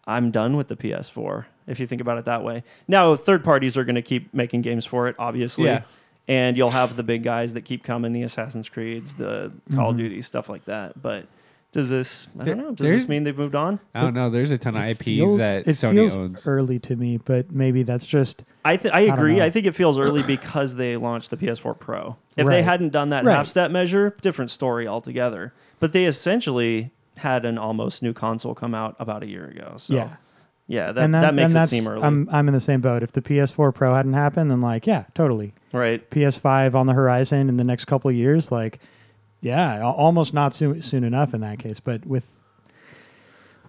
Speaker 4: I'm done with the PS4 if you think about it that way. Now third parties are going to keep making games for it obviously.
Speaker 5: Yeah.
Speaker 4: And you'll have the big guys that keep coming, the Assassin's Creeds, the Call
Speaker 5: Mm-hmm.
Speaker 4: of Duty stuff like that, but does this I don't know, does
Speaker 5: There's-
Speaker 4: this mean they've moved on?
Speaker 5: I don't know. There's a ton of IPs
Speaker 7: Feels-
Speaker 5: that
Speaker 7: it
Speaker 5: Sony
Speaker 7: feels
Speaker 5: owns.
Speaker 7: early to me, but maybe that's just
Speaker 4: I th- I
Speaker 7: don't
Speaker 4: agree.
Speaker 7: know.
Speaker 4: I, think it feels early because they launched the PS4 Pro. If they
Speaker 7: Right.
Speaker 4: hadn't done that
Speaker 7: Right.
Speaker 4: half step measure, different story altogether. But they essentially had an almost new console come out about a year ago. So
Speaker 7: Yeah.
Speaker 4: yeah, that, that, makes it
Speaker 7: that's- um,
Speaker 4: seem early,
Speaker 7: I'm I'm in the same boat. If the PS4 Pro hadn't happened, then like yeah, totally.
Speaker 4: right?
Speaker 7: PS5 on the horizon in the next couple of years, like yeah, al- almost not soon soon enough in that case. But with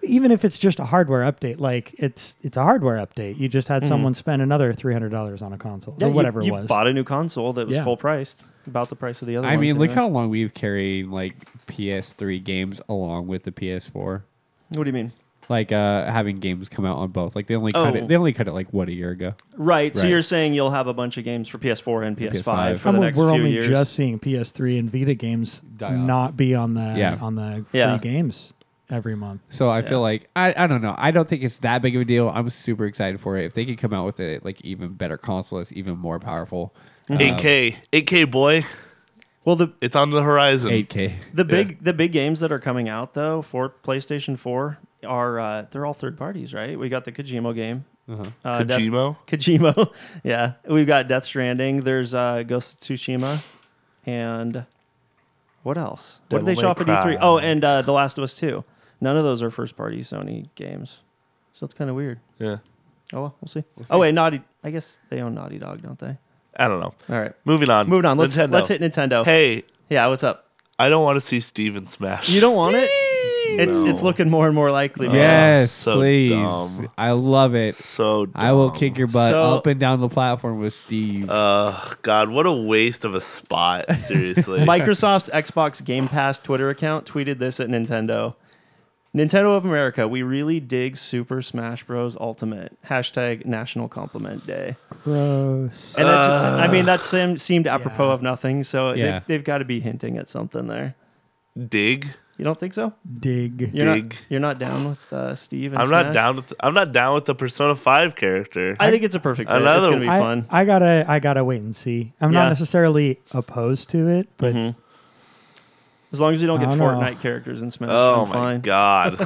Speaker 7: even if it's just a hardware update, like it's it's a hardware update. You just had someone spend another three hundred dollars on a console
Speaker 4: Mm-hmm. Yeah,
Speaker 7: or
Speaker 4: you-
Speaker 7: whatever
Speaker 4: you
Speaker 7: it was.
Speaker 4: bought a new console that was
Speaker 7: Yeah.
Speaker 4: full priced, about the price of the other.
Speaker 5: I mean,
Speaker 4: ones,
Speaker 5: look
Speaker 4: anyway.
Speaker 5: how long we've carried like PS3 games along with the PS4.
Speaker 4: What do you mean?
Speaker 5: Like uh, having games come out on both. Like they only cut
Speaker 4: Oh.
Speaker 5: it. They only cut it like what a year ago.
Speaker 4: Right. So
Speaker 5: Right.
Speaker 4: you're saying you'll have a bunch of games for PS4 and PS5,
Speaker 5: PS5.
Speaker 4: for the
Speaker 7: I'm-
Speaker 4: next
Speaker 7: we're
Speaker 4: few
Speaker 7: only
Speaker 4: years.
Speaker 7: just seeing PS3 and Vita games
Speaker 5: Die off.
Speaker 7: not be on the
Speaker 5: Yeah.
Speaker 7: on the free
Speaker 4: Yeah.
Speaker 7: games every month.
Speaker 5: So I
Speaker 4: Yeah.
Speaker 5: feel like I, I don't know. I don't think it's that big of a deal. I'm super excited for it. If they could come out with a like even better console that's even more powerful. uh,
Speaker 3: 8K. 8K, boy.
Speaker 4: well, the
Speaker 3: It's on the horizon.
Speaker 5: 8K.
Speaker 4: The big the big games that are coming out though for PlayStation 4 are uh, they're all third parties, right? We got the Kojima game.
Speaker 5: Uh-huh.
Speaker 4: Uh, Death-
Speaker 3: Kojimo.
Speaker 4: Kojima. yeah. We've got Death Stranding. There's uh, Ghost of Tsushima and what else? What did they
Speaker 3: Devil
Speaker 4: show
Speaker 3: May
Speaker 4: up at
Speaker 3: Cry.
Speaker 4: E3? Oh, and uh, The Last of Us 2. None of those are first party Sony games. So it's kind of weird.
Speaker 3: Yeah.
Speaker 4: Oh, well, we'll see. Oh, wait, Naughty. I guess they own Naughty Dog, don't they?
Speaker 3: I don't know.
Speaker 4: All right.
Speaker 3: Moving on.
Speaker 4: Moving on. Let's,
Speaker 3: Hmm. Nintendo.
Speaker 4: let's hit Nintendo.
Speaker 3: Hey,
Speaker 4: Yeah, what's up?
Speaker 3: I don't want to see Steven smash.
Speaker 4: You don't want it? It's, it's
Speaker 3: No.
Speaker 4: looking more and more likely.
Speaker 5: Oh.
Speaker 4: man.
Speaker 5: Yes,
Speaker 3: so
Speaker 5: please.
Speaker 3: dumb.
Speaker 5: I love it.
Speaker 3: So dumb.
Speaker 5: I will kick your butt
Speaker 4: So- Uh,
Speaker 5: up and down the platform with
Speaker 3: Ugh,
Speaker 5: Steve.
Speaker 3: Uh, God, what a waste of a spot. Seriously.
Speaker 4: Microsoft's Xbox Game Pass Twitter account tweeted this at Nintendo. Nintendo of America, we really dig Super Smash Bros. Ultimate. Hashtag National Compliment Day.
Speaker 7: Gross.
Speaker 4: And that's, I mean, that seemed, seemed apropos
Speaker 7: Yeah.
Speaker 4: of nothing, so
Speaker 5: Yeah.
Speaker 4: they, have got to be hinting at something there.
Speaker 3: Dig.
Speaker 4: You don't think so?
Speaker 7: Dig.
Speaker 4: You're
Speaker 3: Dig.
Speaker 4: Not, you're not down with uh, Steve and
Speaker 3: I'm
Speaker 4: Smash?
Speaker 3: not down with I'm not down with the Persona 5 character.
Speaker 4: I think it's a perfect fit. It's
Speaker 3: Another-
Speaker 4: going to be
Speaker 7: I,
Speaker 4: fun.
Speaker 7: I gotta I gotta wait and see. I'm
Speaker 4: Yeah.
Speaker 7: not necessarily opposed to it, but
Speaker 4: Mhm. As long as you don't
Speaker 7: I
Speaker 4: get
Speaker 7: don't know.
Speaker 4: Fortnite characters in Smash,
Speaker 3: oh
Speaker 4: I'm
Speaker 3: my
Speaker 4: fine.
Speaker 3: god.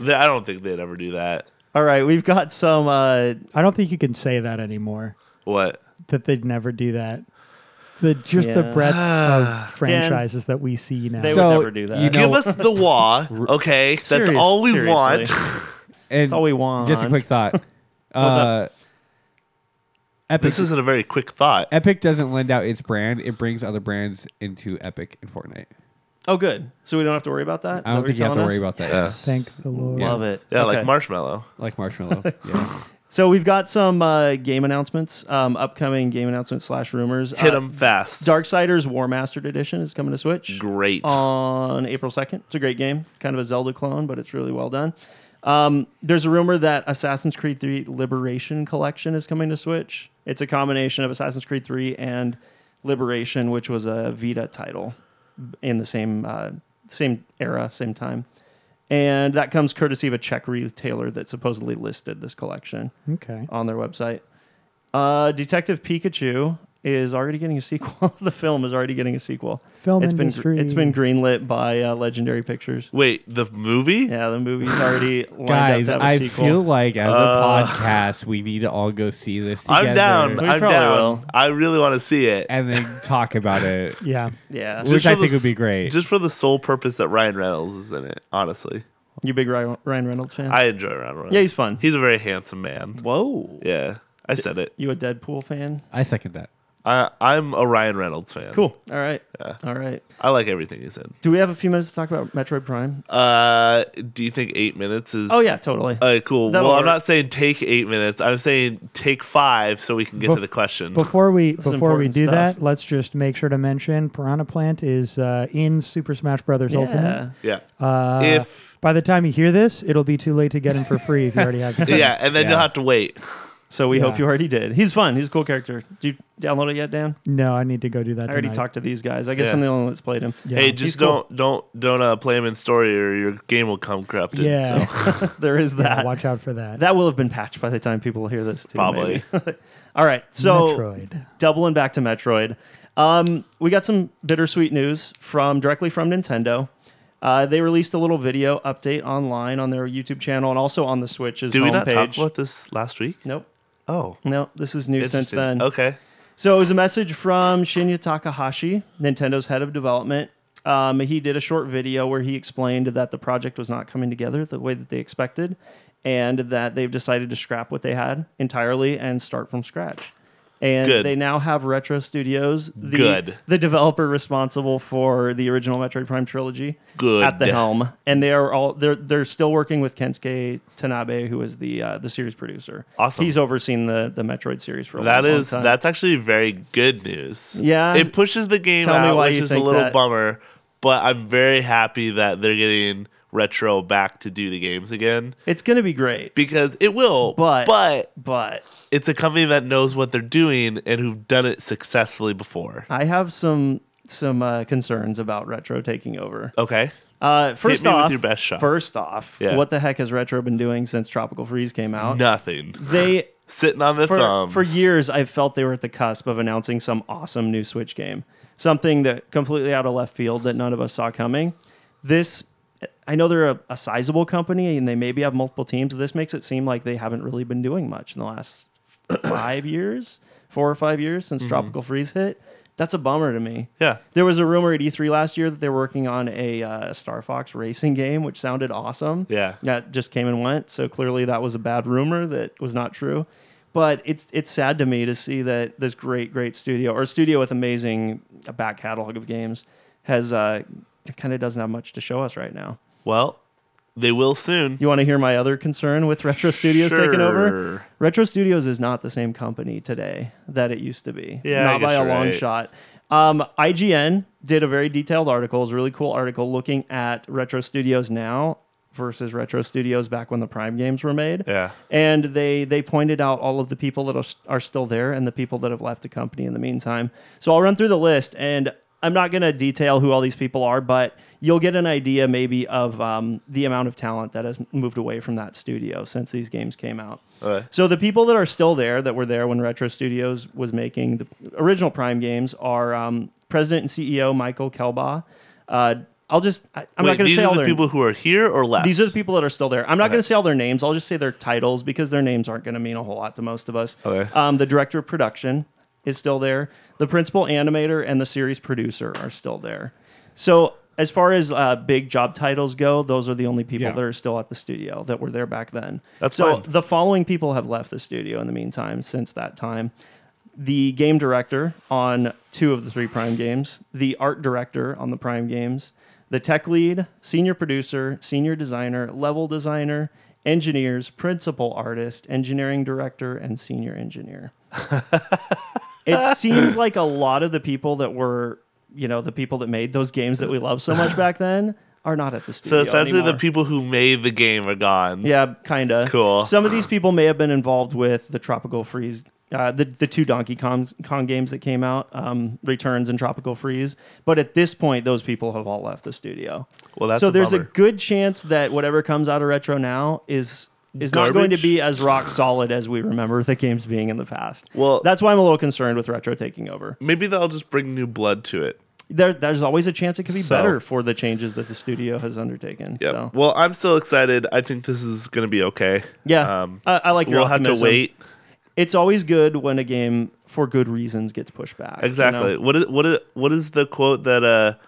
Speaker 3: They- I don't think they'd ever do that.
Speaker 4: All right, we've got some uh,
Speaker 7: I don't think you can say that anymore.
Speaker 3: What?
Speaker 7: That they'd never do that. The just the
Speaker 4: Yeah.
Speaker 7: breadth of franchises that we see now.
Speaker 4: They
Speaker 5: so
Speaker 4: would never do that.
Speaker 5: You know,
Speaker 3: Give us the wah, okay? That's
Speaker 4: Serious-
Speaker 3: all we
Speaker 4: seriously.
Speaker 3: want.
Speaker 5: and
Speaker 4: That's all we want.
Speaker 5: Just a quick thought. uh,
Speaker 4: up?
Speaker 5: Epic.
Speaker 3: This isn't a very quick thought.
Speaker 5: Epic doesn't lend out its brand; it brings other brands into Epic and Fortnite.
Speaker 4: Oh, good. So we don't have to worry about that. Is
Speaker 5: I don't
Speaker 4: that what
Speaker 5: think you
Speaker 4: you're
Speaker 5: have to
Speaker 4: telling
Speaker 5: worry
Speaker 4: us?
Speaker 5: about that.
Speaker 7: Thank the Lord.
Speaker 5: Yeah.
Speaker 4: Love it.
Speaker 3: Yeah,
Speaker 4: Okay.
Speaker 3: like marshmallow.
Speaker 5: Like marshmallow. yeah.
Speaker 4: So we've got some uh, game announcements, um, upcoming game announcements slash rumors.
Speaker 3: Hit
Speaker 4: uh,
Speaker 3: them fast.
Speaker 4: Darksiders War Mastered Edition is coming to Switch
Speaker 3: Great.
Speaker 4: on April 2nd. It's a great game, kind of a Zelda clone, but it's really well done. Um, there's a rumor that Assassin's Creed 3 Liberation Collection is coming to Switch. It's a combination of Assassin's Creed 3 and Liberation, which was a Vita title in the same uh, same era, same time. And that comes courtesy of a Czech retailer that supposedly listed this collection
Speaker 7: Okay.
Speaker 4: on their website. Uh, Detective Pikachu is already getting a sequel. the film is already getting a sequel.
Speaker 7: Film
Speaker 4: It's been
Speaker 7: industry.
Speaker 4: it's been greenlit by uh, Legendary Pictures.
Speaker 3: Wait, the movie?
Speaker 4: Yeah, the movie's already lined
Speaker 5: Guys,
Speaker 4: up to have a
Speaker 5: I
Speaker 4: sequel.
Speaker 5: feel like as a
Speaker 3: Uh,
Speaker 5: podcast, we need to all go see this together
Speaker 3: I'm down.
Speaker 4: We
Speaker 3: I'm
Speaker 4: probably
Speaker 3: down.
Speaker 4: will.
Speaker 3: I really want to see it.
Speaker 5: and then talk about it.
Speaker 7: Yeah.
Speaker 4: yeah,
Speaker 5: Which
Speaker 3: Just
Speaker 5: I
Speaker 3: for the
Speaker 5: think would
Speaker 3: s-
Speaker 5: be great.
Speaker 3: Just for the sole purpose that Ryan Reynolds is in it, honestly.
Speaker 4: you big Ryan Ryan Reynolds fan?
Speaker 3: I enjoy Ryan Reynolds.
Speaker 4: yeah, he's fun.
Speaker 3: He's a very handsome man.
Speaker 4: Whoa,
Speaker 3: Yeah, I said it.
Speaker 4: you a Deadpool fan?
Speaker 5: I second that.
Speaker 3: I, I'm a Ryan Reynolds fan.
Speaker 4: Cool. All right. All right.
Speaker 3: I like everything he's in.
Speaker 4: Do we have a few minutes to talk about Metroid Prime?
Speaker 3: Uh, do you think eight minutes is?
Speaker 4: Oh yeah, totally.
Speaker 3: All right, cool.
Speaker 4: That'll
Speaker 3: well,
Speaker 4: work.
Speaker 3: I'm not saying take eight minutes. I'm saying take five so we can get
Speaker 7: Bef-
Speaker 3: to the question.
Speaker 7: Before we
Speaker 4: is
Speaker 7: before we
Speaker 4: important
Speaker 7: do
Speaker 4: stuff.
Speaker 7: that, let's just make sure to mention Piranha Plant is uh, in Super Smash Brothers Ultimate.
Speaker 4: yeah.
Speaker 3: yeah.
Speaker 7: Uh,
Speaker 3: if
Speaker 7: by the time you hear this, it'll be too late to get him for free if you already have. it.
Speaker 3: yeah, and then you'll have to wait.
Speaker 4: So we hope
Speaker 7: Yeah.
Speaker 4: you already did. He's fun. He's a cool character. Did you download it yet, Dan?
Speaker 7: No, I need to go do that.
Speaker 4: I already
Speaker 7: tonight.
Speaker 4: talked to these guys. I guess
Speaker 3: Yeah.
Speaker 4: I'm the only one that's played him.
Speaker 7: Yeah.
Speaker 3: Hey,
Speaker 7: He's
Speaker 3: just
Speaker 4: cool.
Speaker 3: don't don't don't uh, play him in story or your game will come corrupted.
Speaker 7: Yeah,
Speaker 3: So.
Speaker 4: there is
Speaker 7: yeah,
Speaker 4: that.
Speaker 7: watch out for that.
Speaker 4: that will have been patched by the time people hear this, too.
Speaker 3: Probably.
Speaker 4: maybe. All right. So
Speaker 7: Metroid.
Speaker 4: doubling back to Metroid. Um, we got some bittersweet news from directly from Nintendo. Uh, they released a little video update online on their YouTube channel and also on the Switch's
Speaker 3: Did
Speaker 4: homepage.
Speaker 3: we not talk about this last week?
Speaker 4: nope.
Speaker 3: Oh.
Speaker 4: No, this is new since
Speaker 3: interesting.
Speaker 4: then.
Speaker 3: Okay.
Speaker 4: So it was a message from Shinya Takahashi, Nintendo's head of development. Um, he did a short video where he explained that the project was not coming together the way that they expected, and that they've decided to scrap what they had entirely and start from scratch. And
Speaker 3: Good.
Speaker 4: they now have Retro Studios, the,
Speaker 3: Good.
Speaker 4: the developer responsible for the original Metroid Prime trilogy,
Speaker 3: Good.
Speaker 4: at the helm. And they are all they're they're still working with Kensuke Tanabe, who is the uh, the series producer.
Speaker 3: Awesome.
Speaker 4: He's overseen the the Metroid series for a
Speaker 3: That
Speaker 4: long, long
Speaker 3: is
Speaker 4: time.
Speaker 3: that's actually very good news.
Speaker 4: Yeah.
Speaker 3: It pushes the game
Speaker 4: Tell me
Speaker 3: out,
Speaker 4: why
Speaker 3: which
Speaker 4: you
Speaker 3: is a
Speaker 4: think
Speaker 3: little
Speaker 4: that.
Speaker 3: bummer, but I'm very happy that they're getting retro back to do the games again
Speaker 4: It's going to be great.
Speaker 3: because it will.
Speaker 4: But-
Speaker 3: but
Speaker 4: but
Speaker 3: it's a company that knows what they're doing and who've done it successfully before.
Speaker 4: I have some some uh, concerns about retro taking over.
Speaker 3: Okay.
Speaker 4: Uh, first
Speaker 3: Oh, me with
Speaker 4: off,
Speaker 3: your best shot.
Speaker 4: first off,
Speaker 3: Yeah.
Speaker 4: what the heck has retro been doing since Tropical Freeze came out?
Speaker 3: Nothing.
Speaker 4: They
Speaker 3: Sitting on the
Speaker 4: for,
Speaker 3: thumbs.
Speaker 4: for years I felt they were at the cusp of announcing some awesome new Switch game, something that completely out of left field that none of us saw coming. This, I know they're a, a sizable company and they maybe have multiple teams. This makes it seem like they haven't really been doing much in the last five years, four or five years since Tropical Freeze hit. That's a bummer to me.
Speaker 3: Yeah.
Speaker 4: There was a rumor at E3 last year that they were working on a uh, Star Fox racing game, which sounded awesome.
Speaker 3: Yeah.
Speaker 4: That just came and went. So clearly that was a bad rumor that was not true. But it's it's sad to me to see that this great great studio or studio with amazing uh, back catalog of games has uh, kind of doesn't have much to show us right now.
Speaker 3: Well, they will soon.
Speaker 4: You want to hear my other concern with Retro Studios taking over?
Speaker 3: Sure.
Speaker 4: Retro Studios is not the same company today that it used to be.
Speaker 3: Yeah, I
Speaker 4: not by
Speaker 3: guess
Speaker 4: a
Speaker 3: you're
Speaker 4: long
Speaker 3: right.
Speaker 4: shot. Um, IGN did a very detailed article, it was a really cool article looking at Retro Studios now versus Retro Studios back when the Prime games were made.
Speaker 3: Yeah.
Speaker 4: And they they pointed out all of the people that are, are still there and the people that have left the company in the meantime. So I'll run through the list and I'm not going to detail who all these people are, but you'll get an idea maybe of um, the amount of talent that has moved away from that studio since these games came out.
Speaker 3: Okay.
Speaker 4: So the people that are still there, that were there when Retro Studios was making the original Prime games, are um, President and CEO Michael Kelbaugh. Uh, I'll just I, I'm
Speaker 3: Wait,
Speaker 4: not going to
Speaker 3: these
Speaker 4: say
Speaker 3: are
Speaker 4: all
Speaker 3: the
Speaker 4: their
Speaker 3: people who are here or left.
Speaker 4: these are the people that are still there. I'm not going to say all their names. I'll just say their titles because their names aren't going to mean a whole lot to most of us.
Speaker 3: Okay.
Speaker 4: Um, the director of production is still there. The principal animator and the series producer are still there. So as far as uh, big job titles go, those are the only people
Speaker 5: Yeah.
Speaker 4: that are still at the studio that were there back then.
Speaker 3: That's
Speaker 4: so
Speaker 3: fine.
Speaker 4: the following people have left the studio in the meantime since that time the game director on two of the three Prime games, the art director on the Prime games, the tech lead, senior producer, senior designer, level designer, engineers, principal artist, engineering director, and senior engineer. it seems like a lot of the people that were, you know, the people that made those games that we loved so much back then are not at the
Speaker 3: so
Speaker 4: studio.
Speaker 3: essentially,
Speaker 4: anymore.
Speaker 3: the people who made the game are gone.
Speaker 4: Yeah, kind of.
Speaker 3: Cool.
Speaker 4: Some of these people may have been involved with the Tropical Freeze, uh, the the two Donkey Kong, Kong games that came out, um, Returns and Tropical Freeze. But at this point, those people have all left the studio.
Speaker 3: Well, that's
Speaker 4: so
Speaker 3: a
Speaker 4: there's a
Speaker 3: bummer.
Speaker 4: good chance that whatever comes out of retro now is is not going to
Speaker 3: Garbage?
Speaker 4: be as rock solid as we remember the games being in the past.
Speaker 3: Well-
Speaker 4: that's why I'm a little concerned with retro taking over.
Speaker 3: Maybe they'll just bring new blood to it.
Speaker 4: There, there's always a chance it could be
Speaker 3: So-
Speaker 4: better for the changes that the studio has undertaken.
Speaker 3: Yeah.
Speaker 4: So.
Speaker 3: Well, I'm still excited. I think this is going to be okay.
Speaker 4: yeah,
Speaker 3: Um,
Speaker 4: I, I like your
Speaker 3: we'll have to
Speaker 4: optimism.
Speaker 3: wait.
Speaker 4: it's always good when a game for good reasons gets pushed back. you
Speaker 3: Exactly.
Speaker 4: know?
Speaker 3: What is what is what is the quote that uh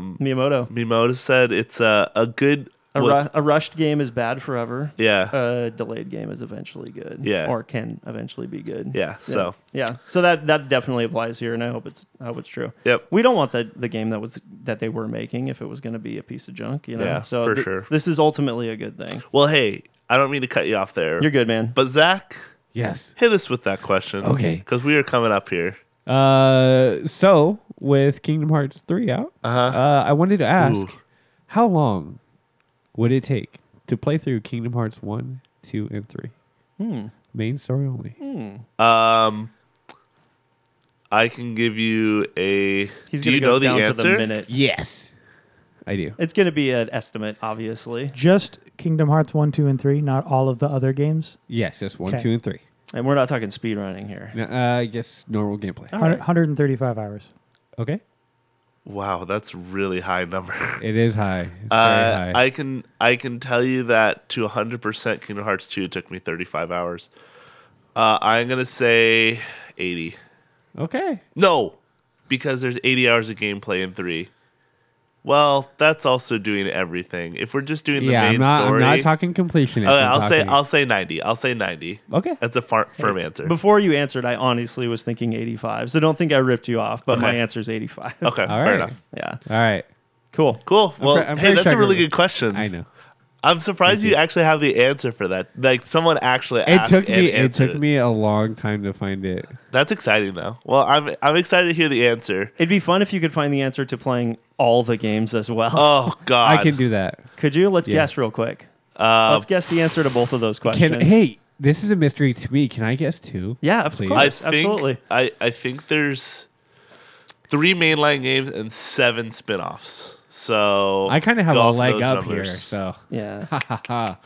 Speaker 4: Miyamoto.
Speaker 3: Mimoda said? It's uh, a good
Speaker 4: A uh, A,
Speaker 3: Well,
Speaker 4: ru- a rushed game is bad forever.
Speaker 3: Yeah.
Speaker 4: A delayed game is eventually good.
Speaker 3: Yeah.
Speaker 4: Or can eventually be good.
Speaker 3: Yeah, so.
Speaker 4: yeah. So that that definitely applies here, and I hope it's I hope it's true.
Speaker 3: Yep.
Speaker 4: We don't want the the game that was that they were making if it was going to be a piece of junk. You know.
Speaker 3: Yeah,
Speaker 4: so
Speaker 3: for
Speaker 4: th-
Speaker 3: sure.
Speaker 4: This is ultimately a good thing.
Speaker 3: Well, hey, I don't mean to cut you off there.
Speaker 4: You're good, man.
Speaker 3: But Zach,
Speaker 5: Yes.
Speaker 3: hit us with that question.
Speaker 5: Okay.
Speaker 3: Because we are coming up here.
Speaker 5: Uh, so with Kingdom Hearts three out, uh I wanted to ask,
Speaker 3: Uh-huh. Ooh.
Speaker 5: how long would it take to play through Kingdom Hearts one, two, and three?
Speaker 3: Hmm.
Speaker 5: Main story only.
Speaker 3: Um, I can give you a.
Speaker 4: He's
Speaker 3: do
Speaker 4: going
Speaker 3: you
Speaker 4: to go
Speaker 3: know the
Speaker 4: down
Speaker 3: answer?
Speaker 4: to the minute.
Speaker 5: Yes, I do.
Speaker 4: It's going to be an estimate, obviously,
Speaker 7: Just Kingdom Hearts 1, 2, and 3, not all of the other games.
Speaker 5: Yes, yes, one,
Speaker 7: Okay.
Speaker 5: two, and three.
Speaker 4: and we're not talking speedrunning here.
Speaker 5: No, uh, I guess normal gameplay.
Speaker 4: All
Speaker 7: Hun-
Speaker 4: right.
Speaker 7: 135 hours.
Speaker 5: Okay,
Speaker 3: Wow, that's a really high number.
Speaker 5: it is high. It's
Speaker 3: Uh,
Speaker 5: very high.
Speaker 3: I can I can tell you that to 100% Kingdom Hearts 2 took me 35 hours. Uh, I'm going to say 80.
Speaker 5: okay,
Speaker 3: No, because there's 80 hours of gameplay in 3. Well, that's also doing everything. If we're just doing the
Speaker 5: yeah,
Speaker 3: main
Speaker 5: I'm not.
Speaker 3: story,
Speaker 5: I'm not talking completion.
Speaker 3: Okay, I'll say I'll say 90. I'll say 90.
Speaker 5: Okay.
Speaker 3: That's a far, firm answer.
Speaker 4: Before you answered, I honestly was thinking 85. So don't think I ripped you off, but my
Speaker 3: Okay.
Speaker 4: answer is 85.
Speaker 3: okay,
Speaker 5: All
Speaker 3: fair
Speaker 5: right.
Speaker 3: enough.
Speaker 4: yeah.
Speaker 5: All right.
Speaker 4: Cool.
Speaker 3: Cool. Well,
Speaker 5: pre- I'm
Speaker 3: hey,
Speaker 5: pretty
Speaker 3: that's
Speaker 5: sure
Speaker 3: a really
Speaker 5: you're-
Speaker 3: good question.
Speaker 5: I know.
Speaker 3: I'm surprised you. actually have the answer for that. Like someone actually
Speaker 5: It
Speaker 3: asked
Speaker 5: took
Speaker 3: and
Speaker 5: me. It
Speaker 3: answered
Speaker 5: took me a long time to find it.
Speaker 3: That's exciting though. Well, I'm I'm excited to hear the answer.
Speaker 4: It'd be fun if you could find the answer to playing all the games as well.
Speaker 3: Oh God.
Speaker 5: I can do that.
Speaker 4: could you? Let's
Speaker 5: yeah.
Speaker 4: guess real quick.
Speaker 3: Uh,
Speaker 4: Let's guess the answer to both of those questions.
Speaker 5: Can hey, this is a mystery to me. Can I guess too?
Speaker 4: Yeah, of
Speaker 5: Please.
Speaker 4: course.
Speaker 3: I think,
Speaker 4: Absolutely.
Speaker 3: I I think there's three mainline games and seven spin-offs. So
Speaker 5: I kind of have
Speaker 3: go
Speaker 5: a
Speaker 3: off
Speaker 5: leg
Speaker 3: those
Speaker 5: up here,
Speaker 3: numbers.
Speaker 5: so.
Speaker 4: Yeah.
Speaker 5: Ha.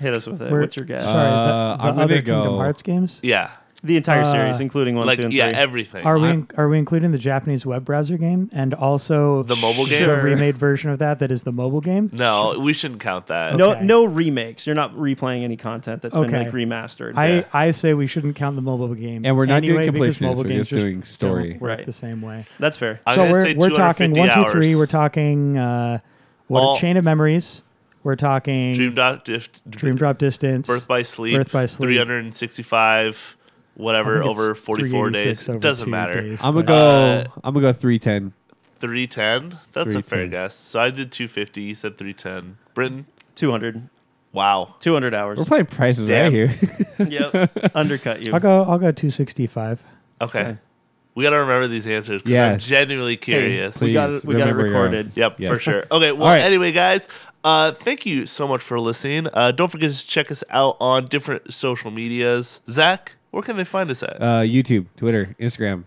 Speaker 4: Hit us with it.
Speaker 7: We're-
Speaker 4: What's your guess?
Speaker 7: Sorry,
Speaker 5: Uh,
Speaker 7: the,
Speaker 5: I'm
Speaker 7: the
Speaker 5: gonna
Speaker 7: other
Speaker 5: go-
Speaker 7: Kingdom Hearts games?
Speaker 3: Yeah,
Speaker 4: the entire series,
Speaker 7: uh,
Speaker 4: including one,
Speaker 3: like
Speaker 4: two, and
Speaker 3: yeah,
Speaker 4: three.
Speaker 3: everything.
Speaker 7: Are we
Speaker 5: I-
Speaker 7: in, are we including the Japanese web browser game and also
Speaker 3: The mobile
Speaker 7: sh-
Speaker 3: game?
Speaker 7: the
Speaker 4: Sure.
Speaker 7: remade version of that that is the mobile game?
Speaker 3: no, we shouldn't count that.
Speaker 4: No,
Speaker 7: Okay.
Speaker 4: no remakes. You're not replaying any content that's been
Speaker 7: Okay.
Speaker 4: like remastered.
Speaker 7: I,
Speaker 3: Yeah.
Speaker 7: I say we shouldn't count the mobile game,
Speaker 5: And we're not doing
Speaker 7: anyway, because
Speaker 5: completionist,
Speaker 7: Mobile
Speaker 5: we're
Speaker 7: games
Speaker 5: just doing
Speaker 7: don't
Speaker 5: story.
Speaker 7: work
Speaker 4: Right.
Speaker 7: the same way.
Speaker 4: that's fair.
Speaker 3: I'm
Speaker 7: so
Speaker 3: gonna
Speaker 7: we're
Speaker 3: say
Speaker 7: we're talking
Speaker 3: 250
Speaker 7: one two three.
Speaker 3: hours.
Speaker 7: We're talking uh, what
Speaker 3: All-
Speaker 7: chain of memories. We're talking
Speaker 3: Dream
Speaker 7: dream,
Speaker 3: Drop, Dif-
Speaker 7: drop distance.
Speaker 3: Birth by Sleep,
Speaker 7: Birth by Sleep.
Speaker 3: 365,
Speaker 7: I
Speaker 3: whatever,
Speaker 7: think it's
Speaker 3: over 44 days.
Speaker 7: 386 over
Speaker 3: Doesn't
Speaker 7: two
Speaker 3: matter.
Speaker 7: days,
Speaker 5: I'm
Speaker 7: but-
Speaker 5: gonna go.
Speaker 3: Uh,
Speaker 5: I'm gonna go three ten.
Speaker 3: 310? That's a fair
Speaker 5: 310.
Speaker 3: guess. So I did 250. You said 310. Britain?
Speaker 4: 200.
Speaker 3: Wow.
Speaker 4: 200 hours.
Speaker 5: We're playing prices
Speaker 3: Damn.
Speaker 5: right here.
Speaker 4: yep. Undercut you.
Speaker 7: I'll go. I'll go two sixty five.
Speaker 3: Okay. We got to remember these answers 'cause I'm
Speaker 5: Yes.
Speaker 3: genuinely curious.
Speaker 4: we got
Speaker 5: Please
Speaker 4: it. We got it
Speaker 5: remember your own.
Speaker 4: recorded.
Speaker 3: Yep,
Speaker 5: Yes.
Speaker 3: for sure. Okay, well,
Speaker 5: All right.
Speaker 3: anyway, guys, uh, thank you so much for listening. Uh, don't forget to check us out on different social medias. Zach, where can they find us at?
Speaker 5: uh, YouTube, Twitter, Instagram,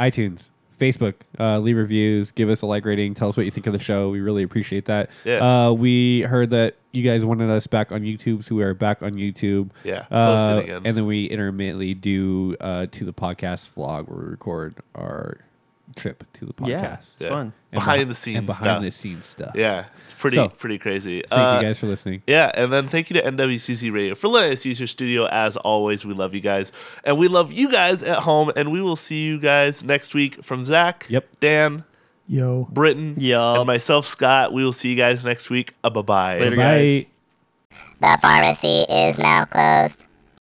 Speaker 5: iTunes, Facebook. Uh, leave reviews, give us a like rating, tell us what you think of the show. We really appreciate that.
Speaker 3: Yeah.
Speaker 5: Uh, we heard that you guys wanted us back on YouTube, so we are back on YouTube.
Speaker 3: Yeah, posted
Speaker 5: Uh,
Speaker 3: again.
Speaker 5: And then we intermittently do uh, to the podcast vlog where we record our trip to the podcast.
Speaker 4: Yeah. It's
Speaker 3: Yeah.
Speaker 4: fun.
Speaker 5: And
Speaker 3: Behind
Speaker 5: beh-
Speaker 3: the scenes
Speaker 5: and behind
Speaker 3: stuff.
Speaker 5: the scenes stuff.
Speaker 3: yeah, it's pretty
Speaker 5: So,
Speaker 3: pretty crazy.
Speaker 5: Thank
Speaker 3: uh,
Speaker 5: you guys for listening.
Speaker 3: Yeah, and then thank you to NWCC Radio for letting us use your studio. As always, we love you guys, and we love you guys at home. And we will see you guys next week from Zach,
Speaker 5: Yep.
Speaker 3: Dan,
Speaker 7: Yo.
Speaker 3: Britton,
Speaker 4: Yup.
Speaker 3: and myself, Scott. We will see you guys next week. Uh, bye bye.
Speaker 4: Later,
Speaker 5: Bye.
Speaker 4: guys.
Speaker 6: The pharmacy is now closed.